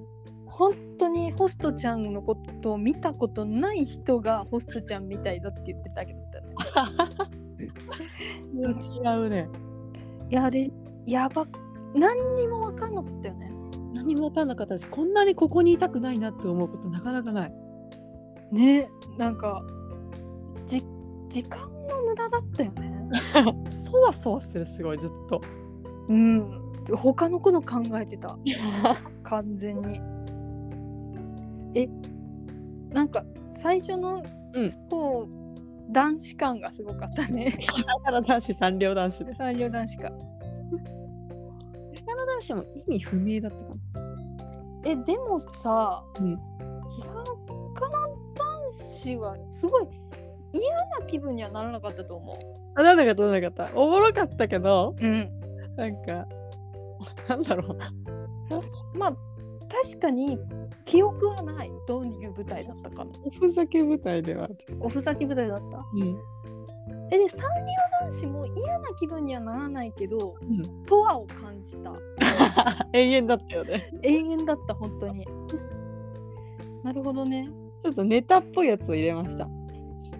Speaker 1: 本当にホストちゃんのことを見たことない人がホストちゃんみたいだって言ってたけどねうん
Speaker 2: 違うね
Speaker 1: いやあれやば何にもわかんなかったよね
Speaker 2: 何も分かんなかったしこんなにここにいたくないなって思うことなかなかない
Speaker 1: ねなんかじ時間の無駄だったよね
Speaker 2: *laughs* そわそわするすごいずっ *laughs* と
Speaker 1: うん他のこと考えてた完全にえなんか最初の
Speaker 2: うん
Speaker 1: こう、男子感がすごかった
Speaker 2: *laughs*
Speaker 1: ね
Speaker 2: だから男子三両男子で
Speaker 1: 三両男子か
Speaker 2: 男子も意味不明だったかも
Speaker 1: えでもさ、
Speaker 2: うん
Speaker 1: ひらがな男子はすごい嫌な気分にはならなかったと思
Speaker 2: あなんだかどうなかったおもろかったけど
Speaker 1: ううん
Speaker 2: なんかなんだろうな
Speaker 1: まあ確かに記憶はないどういう舞台だったかの
Speaker 2: おふざけ舞台ではある、
Speaker 1: おふざけ舞台だった
Speaker 2: うん、
Speaker 1: えでサンリオ男子も嫌な気分にはならないけど、
Speaker 2: うん
Speaker 1: とはを感じた
Speaker 2: *laughs* 永遠だったよね
Speaker 1: 永遠だった本当に *laughs* なるほどね
Speaker 2: ちょっとネタっぽいやつを入れました、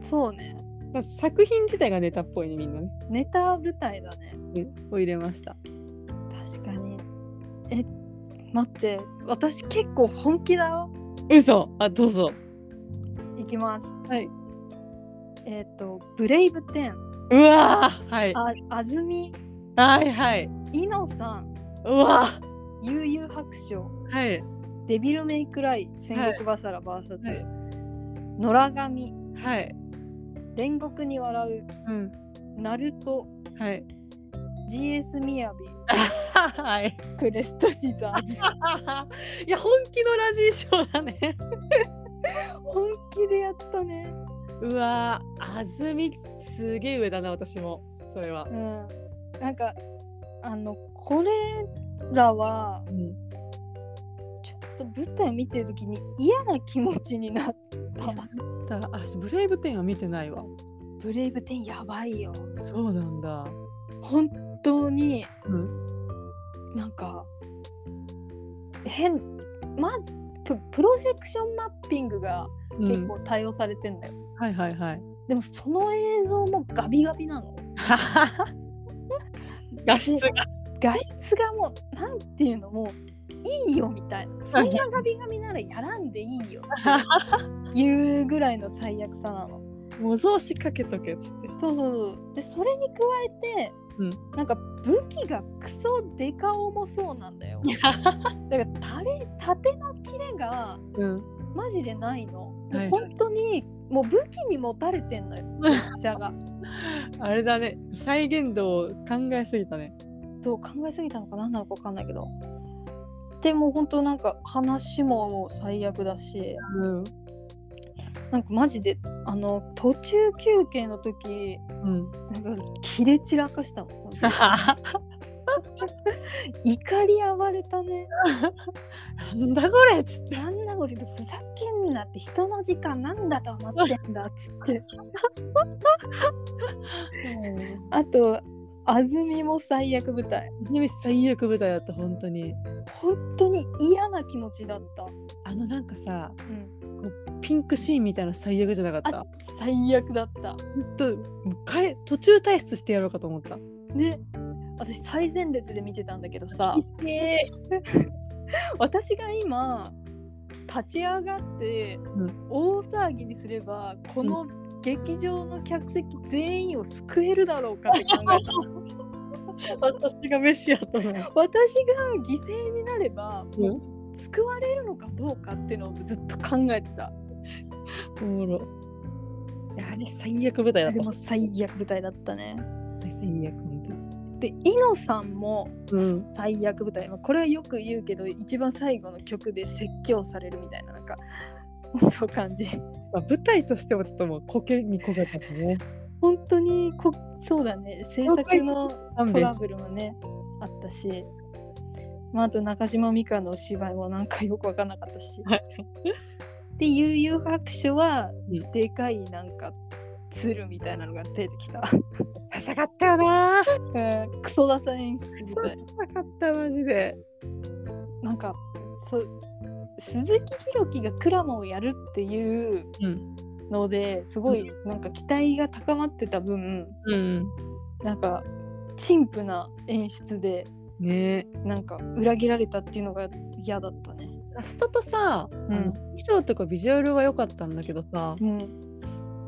Speaker 1: そうね
Speaker 2: まあ、作品自体がネタっぽいねみんなね、
Speaker 1: ネタ舞台だね
Speaker 2: うん、を入れました
Speaker 1: 確かにえ待って私結構本気だよ
Speaker 2: 嘘あどうぞ
Speaker 1: いきます
Speaker 2: はい
Speaker 1: えっ、と「ブレイブ10
Speaker 2: うわーはい」
Speaker 1: あ安住
Speaker 2: はいはい
Speaker 1: イノさん
Speaker 2: うわー
Speaker 1: 悠々白書
Speaker 2: はい
Speaker 1: デビルメイクライ戦国バサラ VS、
Speaker 2: はい
Speaker 1: 野良神
Speaker 2: はい
Speaker 1: 煉獄に笑う
Speaker 2: うん
Speaker 1: ナルト
Speaker 2: はい
Speaker 1: GS みやび
Speaker 2: はい
Speaker 1: クレストシザーズ
Speaker 2: いや本気のラジーショーだね
Speaker 1: 本気でやったね
Speaker 2: うわーあずみすげえ上だな私もそれは
Speaker 1: う、んなんかあのこれらは
Speaker 2: うん、
Speaker 1: ちょっと舞台を見てる時に嫌な気持ちになった
Speaker 2: だあブレイブ10は見てないわ
Speaker 1: ブレイブ10やばいよ
Speaker 2: そうなんだ
Speaker 1: 本当に
Speaker 2: うん
Speaker 1: なんか変まずププロジェクションマッピングが
Speaker 2: う
Speaker 1: 結
Speaker 2: ん
Speaker 1: 構対応されてんだよ、
Speaker 2: はいはいはい
Speaker 1: でもその映像もガビガビなの
Speaker 2: 画質が
Speaker 1: 画質がもうなんていうのもういいよみたいなそんなガビガビならやらんでいいよっていうぐらいの最悪さなの
Speaker 2: 模造紙かけとけっつって
Speaker 1: そうそうそうでそれに加えて、
Speaker 2: うん
Speaker 1: なんか武器がクソデカ重そうなんだよだからタレ縦の切れが
Speaker 2: うん
Speaker 1: マジでないの、
Speaker 2: はいはい
Speaker 1: 本当にもう武器に持たれてんのよ役者が
Speaker 2: あれだね再現度を考えすぎたね
Speaker 1: そう考えすぎたのか何なのか分かんないけどでもう本当なんか話ももう最悪だし
Speaker 2: うん
Speaker 1: なんかマジであの途中休憩の時
Speaker 2: うん
Speaker 1: なんか切れ散らかしたもん *laughs*
Speaker 2: な
Speaker 1: 怒り暴れたね
Speaker 2: *laughs* んだこれっつって
Speaker 1: なんだこれふざけんなって人の時間なんだと思ってんだっつってあと安住も最悪舞台
Speaker 2: ちなみに最悪舞台だった本当に
Speaker 1: 本当に嫌な気持ちだった、
Speaker 2: あのなんかさ
Speaker 1: うん、
Speaker 2: ピンクシーンみたいな最悪じゃなかった
Speaker 1: あ最悪だった
Speaker 2: ほんともう帰途中退出してやろうかと思った
Speaker 1: ね私最前列で見てたんだけどさ
Speaker 2: え
Speaker 1: 私が今立ち上がって
Speaker 2: ん
Speaker 1: 大騒ぎにすればこの劇場の客席全員を救えるだろうかって考え *laughs* た
Speaker 2: 私が飯やったの
Speaker 1: 私が犠牲になれば
Speaker 2: う
Speaker 1: 救われるのかどうかっていうのをずっと考えてた
Speaker 2: おもろいやあれ最悪舞台だっ
Speaker 1: で
Speaker 2: た
Speaker 1: も最悪舞台だったね
Speaker 2: 最悪本
Speaker 1: でイノさんも
Speaker 2: 当うん
Speaker 1: 最悪舞台、まあ、これはよく言うけど一番最後の曲で説教されるみたいななんか *laughs* そう感じ
Speaker 2: まあ、舞台としてもちょっともうこけにこけたしね
Speaker 1: 本当にこそうだね制作の
Speaker 2: 勘
Speaker 1: ト
Speaker 2: 弁
Speaker 1: ラ
Speaker 2: し
Speaker 1: ブルもねあったし、まあ、あと中島美嘉の芝居もなんかよく分かんなかったし
Speaker 2: はい。
Speaker 1: で悠々白書は
Speaker 2: うん
Speaker 1: でかいなんか鶴みたいなのが出てきた。
Speaker 2: ダサかったよなー
Speaker 1: クソダサ演出みたいな。
Speaker 2: ダサかったマジで
Speaker 1: なんかそ鈴木弘樹がクラマをやるっていう
Speaker 2: うん
Speaker 1: のですごいなんか期待が高まってた分
Speaker 2: うん
Speaker 1: なんか陳腐な演出で
Speaker 2: ね
Speaker 1: なんか裏切られたっていうのが嫌だったね。
Speaker 2: ラストとさ、あの
Speaker 1: うん
Speaker 2: 衣装とかビジュアルは良かったんだけどさ
Speaker 1: うん、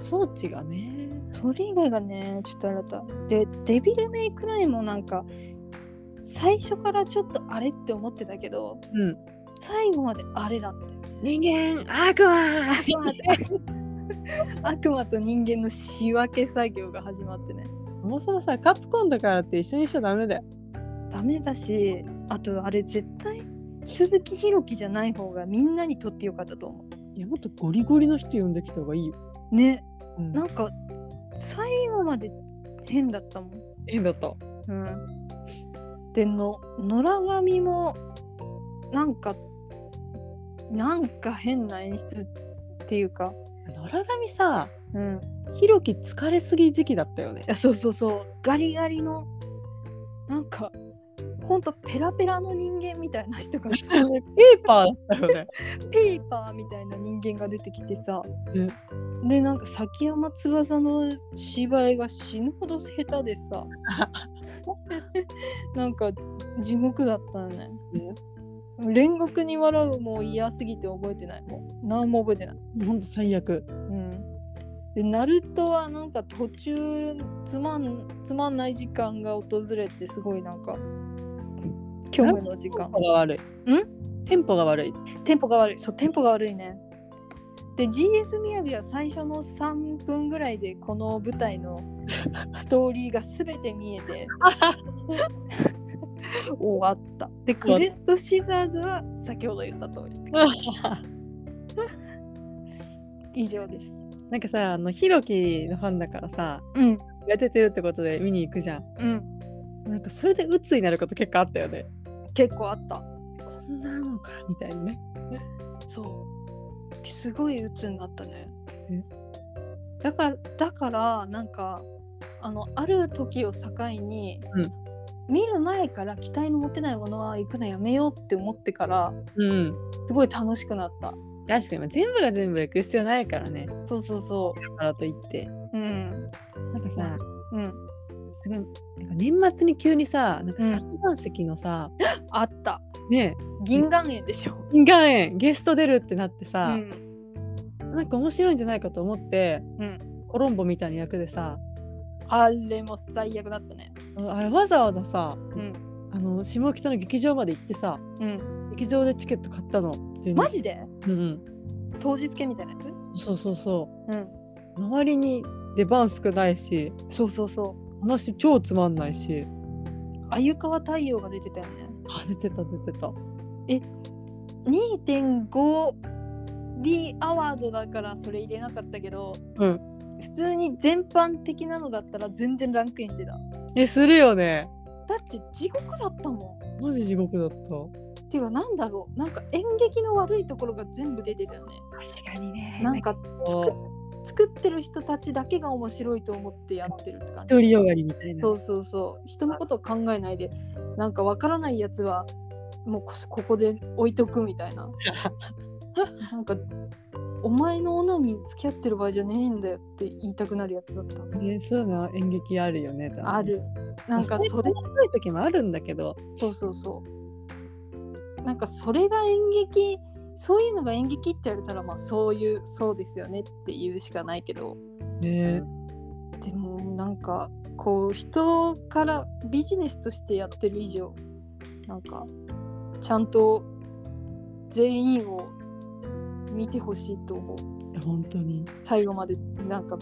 Speaker 2: 装置がね
Speaker 1: それ以外がねちょっとあれだった。でデビルメイクナインもなんか最初からちょっとあれって思ってたけど
Speaker 2: うん
Speaker 1: 最後まであれだったよ。
Speaker 2: 人間悪
Speaker 1: 悪
Speaker 2: 魔
Speaker 1: 魔と *laughs* 悪魔と人間の仕分け作業が始まってね。
Speaker 2: そもそもさカプコンだからって一緒にしちゃダメだよ
Speaker 1: ダメだしあとあれ絶対鈴木弘樹じゃない方がみんなにとってよかったと思
Speaker 2: いやもっとゴリゴリの人呼んできた方がいいよ、
Speaker 1: う。ね
Speaker 2: うん
Speaker 1: なんか最後まで変だったもん。
Speaker 2: 変だった
Speaker 1: うん、での野良神もなんかなんか変な演出っていうか、
Speaker 2: 野良神さ
Speaker 1: うん、
Speaker 2: ひろき疲れすぎ時期だったよね
Speaker 1: い
Speaker 2: *laughs*
Speaker 1: やそうそうそうガリガリのなんかほんとペラペラの人間みたいな人が
Speaker 2: ペーパーだったよね
Speaker 1: ペーパーみたいな人間が出てきてさ
Speaker 2: ね
Speaker 1: でなんか崎山翼の芝居が死ぬほど下手でさなんか地獄だったよね。煉獄に笑うも嫌すぎて覚えてないもう何も覚えてない、
Speaker 2: *laughs* ほんと最悪
Speaker 1: うん、でナルトはなんか途中つまんつまんない時間が訪れてすごいなんか虚無の時間
Speaker 2: テンポが悪いテ
Speaker 1: テ
Speaker 2: ンポが悪い
Speaker 1: ンポが悪いそうテンポが悪いねで GS みやびは最初の3分ぐらいでこの舞台 *laughs* のストーリーが全て見え *laughs* て終わったでクレストシザーズは先ほど言った通 *laughs* り以上です
Speaker 2: *laughs* なんかさあのひろきのファンだからさ
Speaker 1: うん
Speaker 2: が出てるってことで見に行くじゃん
Speaker 1: うん
Speaker 2: なんかそれで鬱になること結構あったよね
Speaker 1: 結構あった
Speaker 2: こんなのかみたいなね
Speaker 1: そうすごい鬱になったね
Speaker 2: え
Speaker 1: だからだからなんかあのある時を境に、
Speaker 2: うん
Speaker 1: 見る前から期待の持てないものは行くのやめようって思ってから
Speaker 2: うん
Speaker 1: すごい楽しくなった
Speaker 2: 確かにまあ全部が全部行く必要ないからね
Speaker 1: そうそうそ
Speaker 2: だからといって
Speaker 1: ううん
Speaker 2: なんかさ
Speaker 1: うん
Speaker 2: すごいなんか年末に急にさなんか
Speaker 1: うん
Speaker 2: 三岩石のさ、
Speaker 1: あった
Speaker 2: ね
Speaker 1: 銀眼炎でしょ、
Speaker 2: 銀河園ゲスト出るってなっ
Speaker 1: う
Speaker 2: てさ、
Speaker 1: ん、
Speaker 2: なんか面白いんじゃないかと思って、
Speaker 1: うん
Speaker 2: コロンボみたいな役でさ
Speaker 1: あれも最悪だったね
Speaker 2: あれわざわざさ、
Speaker 1: うん
Speaker 2: あの下北の劇場まで行ってさ
Speaker 1: うん
Speaker 2: 劇場でチケット買ったの
Speaker 1: マジ
Speaker 2: で
Speaker 1: で
Speaker 2: うんうん
Speaker 1: 当日券みたいなやつ
Speaker 2: そうそうそ
Speaker 1: うん、
Speaker 2: う周りに出番少ないし
Speaker 1: そうそうそう
Speaker 2: 話超つまんないし
Speaker 1: 鮎川太陽が出てたよね
Speaker 2: あ出てた出てた
Speaker 1: 2.5D アワードだからそれ入れなかったけど、
Speaker 2: うん
Speaker 1: 普通に全般的なのだったら全然ランクインしてただ
Speaker 2: えするよね
Speaker 1: って地獄だったもん
Speaker 2: マジ地獄だった
Speaker 1: ていうかなんだろうなんか演劇の悪いところが全部出てたよね
Speaker 2: 確かにね
Speaker 1: なんか
Speaker 2: こう
Speaker 1: 作ってる人たちだけが面白いと思ってやってるって感じ
Speaker 2: 独りよがりみたいな
Speaker 1: そうそうそう人のことを考えないでなんかわからないやつはもうこここで置いとくみたいななんかお前の女に付き合ってる場合じゃねえんだよって言いたくなるやつだった
Speaker 2: *laughs* ね、そういうの演劇あるよね。多分
Speaker 1: あ。るなんか
Speaker 2: まあ
Speaker 1: そ
Speaker 2: そ
Speaker 1: れ
Speaker 2: れ面白い時もあるんだけど、
Speaker 1: そうそうそうなんかそれが演劇そういうのが演劇って言われたらまあそういうそうですよねって言うしかないけど
Speaker 2: ね、
Speaker 1: でもなんかこう人からビジネスとしてやってる以上なんかちゃんと全員を見てほしいと思う
Speaker 2: いや本当に、ね。
Speaker 1: 最後までなんか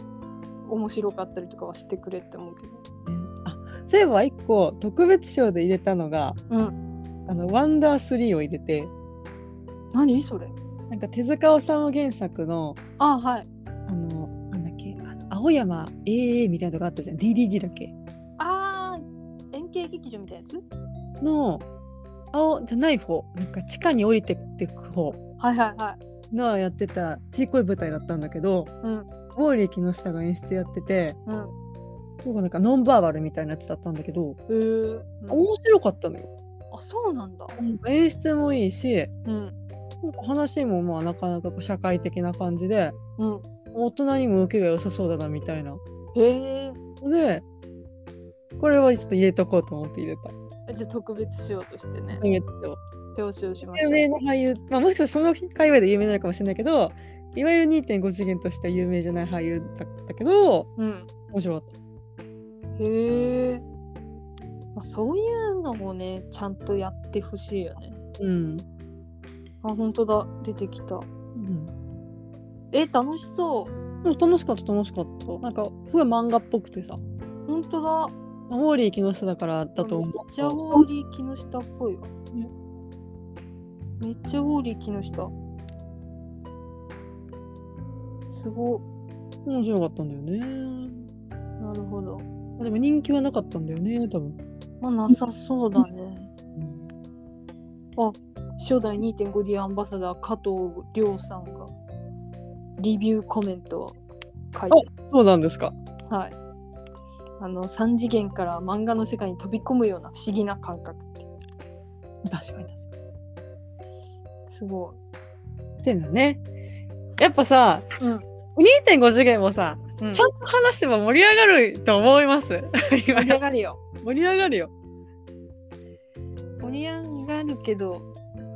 Speaker 1: 面白かったりとかはしてくれって思うけど
Speaker 2: あ、そういえば一個特別賞で入れたのが、
Speaker 1: うん
Speaker 2: あのワンダースリーを入れて、
Speaker 1: 何それ
Speaker 2: なんか手塚治虫原作の
Speaker 1: あはい
Speaker 2: あのなんだっけ、あの青山 A みたいなとこあったじゃん、DDD だっけ
Speaker 1: あー円形劇場みたいなやつ
Speaker 2: の青じゃない方、なんか地下に降りてってく方
Speaker 1: はいはいはい
Speaker 2: のやってたちいこい舞台だったんだけど、
Speaker 1: うん
Speaker 2: ウォーリー木下が演出やってて、
Speaker 1: うん
Speaker 2: 僕なんかノンバーバルみたいなやつだったんだけど、
Speaker 1: へーうん
Speaker 2: 面白かったのよ。
Speaker 1: あそうなんだ
Speaker 2: 演出もいいし
Speaker 1: うん
Speaker 2: 話もまあなかなかこう社会的な感じで
Speaker 1: うん
Speaker 2: 大人にも受けが良さそうだなみたいな
Speaker 1: へ
Speaker 2: でこれはちょっと入れとこうと思って入れた
Speaker 1: えじゃあ特別賞としてね
Speaker 2: えっと
Speaker 1: 表彰しましょ
Speaker 2: 有
Speaker 1: う
Speaker 2: 名な俳優、まあ、もしかしたらその界隈で有名なのかもしれないけどいわゆる2.5次元としては有名じゃない俳優だったけど
Speaker 1: うん
Speaker 2: 面白かった
Speaker 1: へえ、まあ、そういうのもねちゃんとやってほしいよね
Speaker 2: うん、
Speaker 1: あ本当だ出てきた
Speaker 2: うん、
Speaker 1: え楽しそう
Speaker 2: でも楽しかった楽しかったなんかすごい漫画っぽくてさ
Speaker 1: 本当だ
Speaker 2: まあウォーリー木下だからだと思
Speaker 1: めっちゃウォ
Speaker 2: う
Speaker 1: ーリー木下っぽいわ、
Speaker 2: ね
Speaker 1: めっちゃウォーリー木下すごっ
Speaker 2: 面白かったんだよね
Speaker 1: なるほど
Speaker 2: でも人気はなかったんだよね多分
Speaker 1: まあなさそうだね初代 2.5D アンバサダー加藤亮さんがリビューコメントを書いて
Speaker 2: そうなんですか
Speaker 1: はい。あの三次元から漫画の世界に飛び込むような不思議な感覚って
Speaker 2: 確かに確か
Speaker 1: すご
Speaker 2: にってんだねやっぱさ
Speaker 1: い。うん。
Speaker 2: 2.5次元もさ
Speaker 1: うん、
Speaker 2: ちゃんと話せば盛り上がると思います
Speaker 1: 盛り上がるよ。
Speaker 2: 盛り上がるよ
Speaker 1: 盛り上がるけど分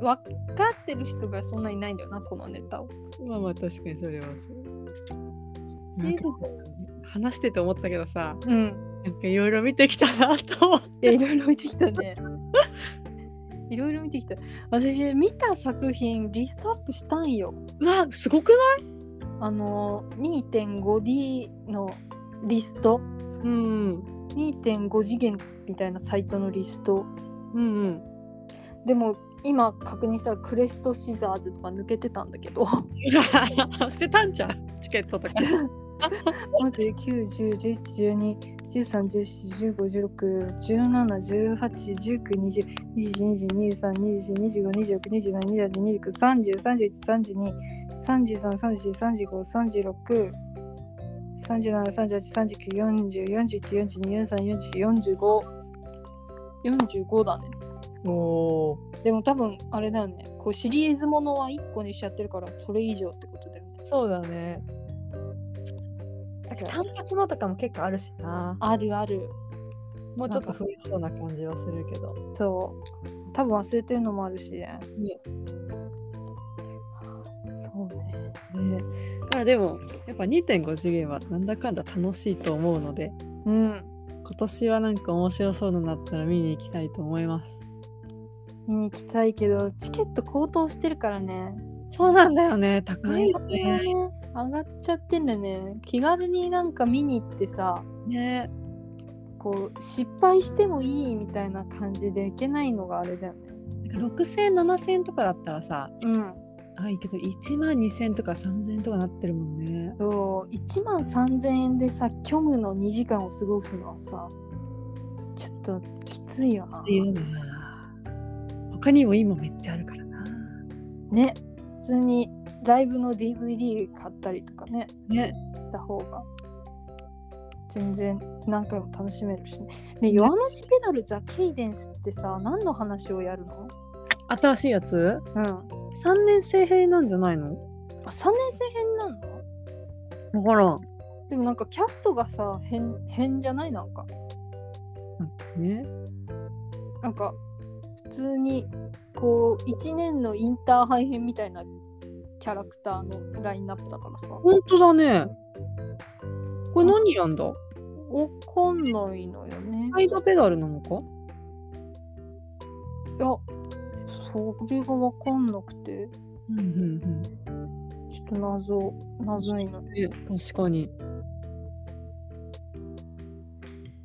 Speaker 1: かってる人がそんなにいないんだよなこのネタを。
Speaker 2: まあまあ確かにそれはそう
Speaker 1: って
Speaker 2: ないん
Speaker 1: う
Speaker 2: か
Speaker 1: とこ
Speaker 2: 話してて思ったけどさ
Speaker 1: うん。
Speaker 2: なんかいろいろ見てきたなと思って
Speaker 1: いやいろいろ見てきたね。 *laughs* いろいろ見てきた。私見た作品リストアップしたんよ。
Speaker 2: うわすごくない
Speaker 1: あの 2.5D のリスト
Speaker 2: うん
Speaker 1: 2.5次元みたいなサイトのリスト。
Speaker 2: うんうん
Speaker 1: でも今確認したらクレストシザーズとか抜けてたんだけど
Speaker 2: 捨てたんじゃんチケットとか
Speaker 1: まず9101112131415161718192021222324252637383940414342434435だね。
Speaker 2: *laughs* おー
Speaker 1: でも多分あれだよねこうシリーズものは1個にしちゃってるからそれ以上ってことだよね
Speaker 2: そうだねなんか単発のとかも結構あるしな
Speaker 1: あるある
Speaker 2: もう
Speaker 1: ちょっと
Speaker 2: 増えそうな感じはするけど。
Speaker 1: そう多分忘れてるのもあるしねそうね
Speaker 2: ね、まあでもやっぱ2.5次元はなんだかんだ楽しいと思うので
Speaker 1: うん
Speaker 2: 今年はなんか面白そうなのあったら見に行きたいと思います。
Speaker 1: 見に行きたいけどチケット高騰してるからね
Speaker 2: そうなんだよね高いよね。
Speaker 1: ね上がっちゃってんだよね気軽になんか見に行ってさ
Speaker 2: ね
Speaker 1: こう失敗してもいいみたいな感じでいけないのがあれだよね
Speaker 2: なんか6000、7000とかだったらさ、
Speaker 1: うん
Speaker 2: あ、いいけど、1万2000とか3000とかなってるもんね。
Speaker 1: そう1万3000円でさ虚無の2時間を過ごすのはさちょっときついよな
Speaker 2: っていうの他にも今めっちゃあるからな。
Speaker 1: ね普通にライブの DVD 買ったりとかね
Speaker 2: ね。
Speaker 1: った方が全然何回も楽しめるしね。ね弱虫ペダルザ・ケイデンスってさ何の話をやるの
Speaker 2: 新しいやつ
Speaker 1: うん。あ
Speaker 2: ?3 年生編なんじゃないの
Speaker 1: 3年生編なの
Speaker 2: わからん。
Speaker 1: でもなんかキャストがさ変変じゃないなんか
Speaker 2: ね。
Speaker 1: なんか普通にこう1年のインターハイ編みたいなキャラクターのラインナップだからさ
Speaker 2: ほんとだね。これ何やんだ
Speaker 1: 怒んないのよね
Speaker 2: サイドペダルなのか
Speaker 1: いやそれが分かんなくて
Speaker 2: うんうん
Speaker 1: ちょっと謎謎いの
Speaker 2: うん。ね、確かに。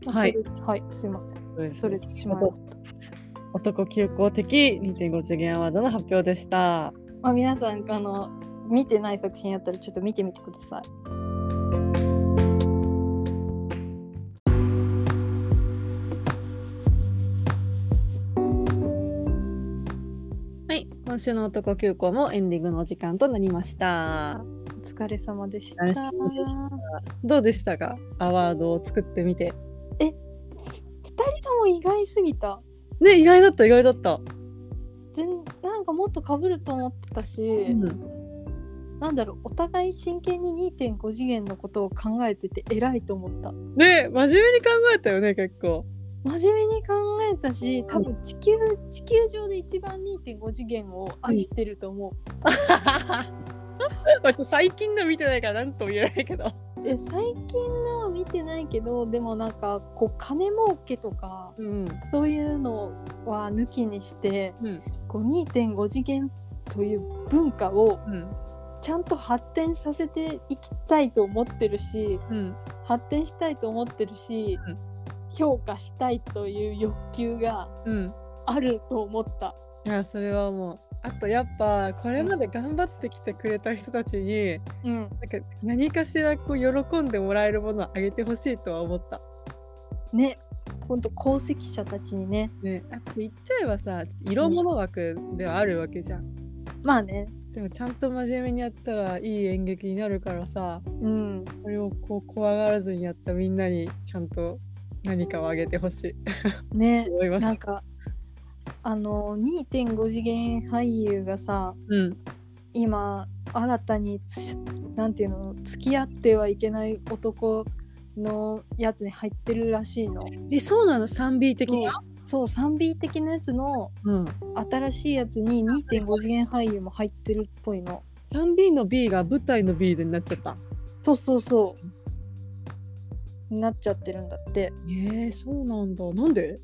Speaker 1: まあ
Speaker 2: はい
Speaker 1: それはいすいませんそれてしまいました。
Speaker 2: 男休校的2.5次元アワードの発表でした。
Speaker 1: まあ、皆さんあの見てない作品あったらちょっと見てみてください。
Speaker 2: はい、今週の男休校もエンディングのお時間となりました。
Speaker 1: お疲れ様でした。
Speaker 2: お疲れ様でしどうでしたかアワードを作ってみて。
Speaker 1: 二人とも意外すぎた。
Speaker 2: ね、意外だった、意外だった。
Speaker 1: 全なんかもっと被ると思ってたし、
Speaker 2: うん、
Speaker 1: なんだろうお互い真剣に2.5次元のことを考えてて偉いと思った。
Speaker 2: ね、真面目に考えたよね、結 *laughs* 構。
Speaker 1: 真面目に考えたし多分地球地球上で一番2.5次元を愛してると思う。
Speaker 2: まあ、ちょっと最近の見てないから、なんとも言えないけど。
Speaker 1: え最近のは見てないけどでもなんかこう金儲けとか。
Speaker 2: うん、
Speaker 1: そういうのは抜きにして、
Speaker 2: うん
Speaker 1: こう2.5次元という文化を
Speaker 2: うん、
Speaker 1: ちゃんと発展させていきたいと思ってるし
Speaker 2: うん、
Speaker 1: 発展したいと思ってるし、
Speaker 2: うん
Speaker 1: 評価したいという欲求が
Speaker 2: うん。
Speaker 1: あると思った。
Speaker 2: いや、それはもう。あとやっぱこれまで頑張ってきてくれた人たちに
Speaker 1: うん、
Speaker 2: なんか何かしらこう喜んでもらえるものをあげてほしいとは思った。
Speaker 1: ねほんと功績者たちにね
Speaker 2: ね、あって言っちゃえばさちょっと色物枠ではあるわけじゃん、
Speaker 1: まあね
Speaker 2: でもちゃんと真面目にやったらいい演劇になるからさ
Speaker 1: うん
Speaker 2: それをこう怖がらずにやったみんなにちゃんと何かをあげてほしい
Speaker 1: ね
Speaker 2: と思いまし
Speaker 1: なん
Speaker 2: た。
Speaker 1: かあの2.5次元俳優がさ、
Speaker 2: うん、
Speaker 1: 今新たにつなんていうの付き合ってはいけない男のやつに入ってるらしいの
Speaker 2: えそうなの 3B 的に
Speaker 1: そう 3B 的なやつの
Speaker 2: うん、
Speaker 1: 新しいやつに2.5次元俳優も入ってるっぽいの
Speaker 2: 3B の B が舞台の B でになっちゃった。
Speaker 1: そうそうそうなっちゃってるんだって
Speaker 2: えー、そうなんだなんで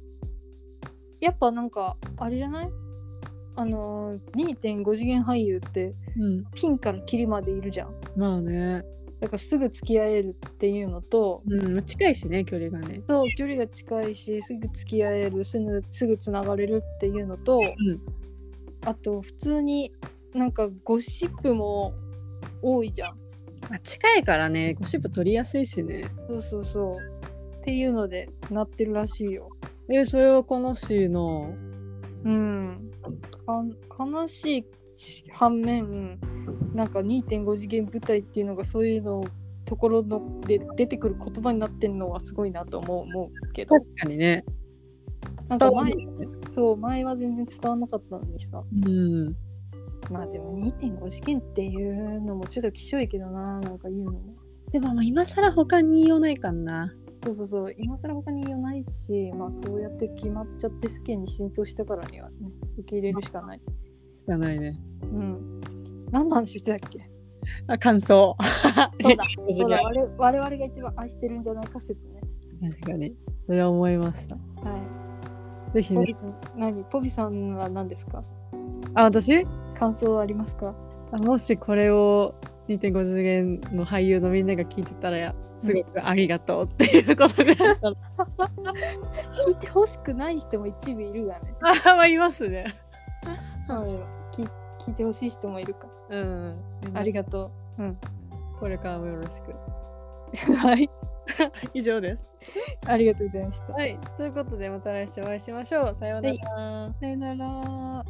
Speaker 1: やっぱなんかあれじゃないあのー2.5次元俳優って
Speaker 2: うん
Speaker 1: ピンからキリまでいるじゃん
Speaker 2: まあね、
Speaker 1: だからすぐ付き合えるっていうのと
Speaker 2: うん、近いしね距離がね。
Speaker 1: そう距離が近いしすぐ付き合えるすぐすぐつながれるっていうのと、
Speaker 2: ん
Speaker 1: あと普通になんかゴシップも多いじゃん
Speaker 2: まあ、近いからねゴシップ取りやすいしね。
Speaker 1: そうそうそうっていうのでなってるらしいよ
Speaker 2: えー、それは悲しいな。
Speaker 1: うんかん悲しい反面なんか2.5次元舞台っていうのがそういうのところので出てくる言葉になってるのはすごいなと思う思うけど
Speaker 2: 確かにね。
Speaker 1: なんか
Speaker 2: 伝わ
Speaker 1: 前
Speaker 2: るよね
Speaker 1: そう前は全然伝わんなかったのにさ
Speaker 2: うん。
Speaker 1: まあでも2.5次元っていうのもちょっときしょいけどななんか言うのも
Speaker 2: でもまあ今更他に言いようないかな。
Speaker 1: そうそうそう今更他に言いようないしまあそうやって決まっちゃって世間に浸透したからにはね受け入れるしかない
Speaker 2: しかないね。
Speaker 1: うん何の話してた
Speaker 2: *laughs*
Speaker 1: っけ
Speaker 2: あ感想。
Speaker 1: そうだ
Speaker 2: 正
Speaker 1: そう
Speaker 2: 直
Speaker 1: だ我々我々が一番愛してるんじゃないか説ね
Speaker 2: 確かに。それは思いました。
Speaker 1: は
Speaker 2: ぜひ
Speaker 1: いポビ
Speaker 2: ね。
Speaker 1: さん何ポビさんは何ですか
Speaker 2: あ私
Speaker 1: 感想はありますか
Speaker 2: あもしこれを2.5次元の俳優のみんなが聞いてたらすごくありがとうっていうことぐらいだったら
Speaker 1: 聞いてほしくない人も一部いるがね。
Speaker 2: あまあいますね
Speaker 1: 聞聞いてほしい人もいるか。
Speaker 2: うん
Speaker 1: ありがと
Speaker 2: これからもよろしく
Speaker 1: う。はい。
Speaker 2: *laughs* 以上です
Speaker 1: ありがとうございました。
Speaker 2: はいということでまた来週お会いしましょうさようなら、
Speaker 1: さよなら。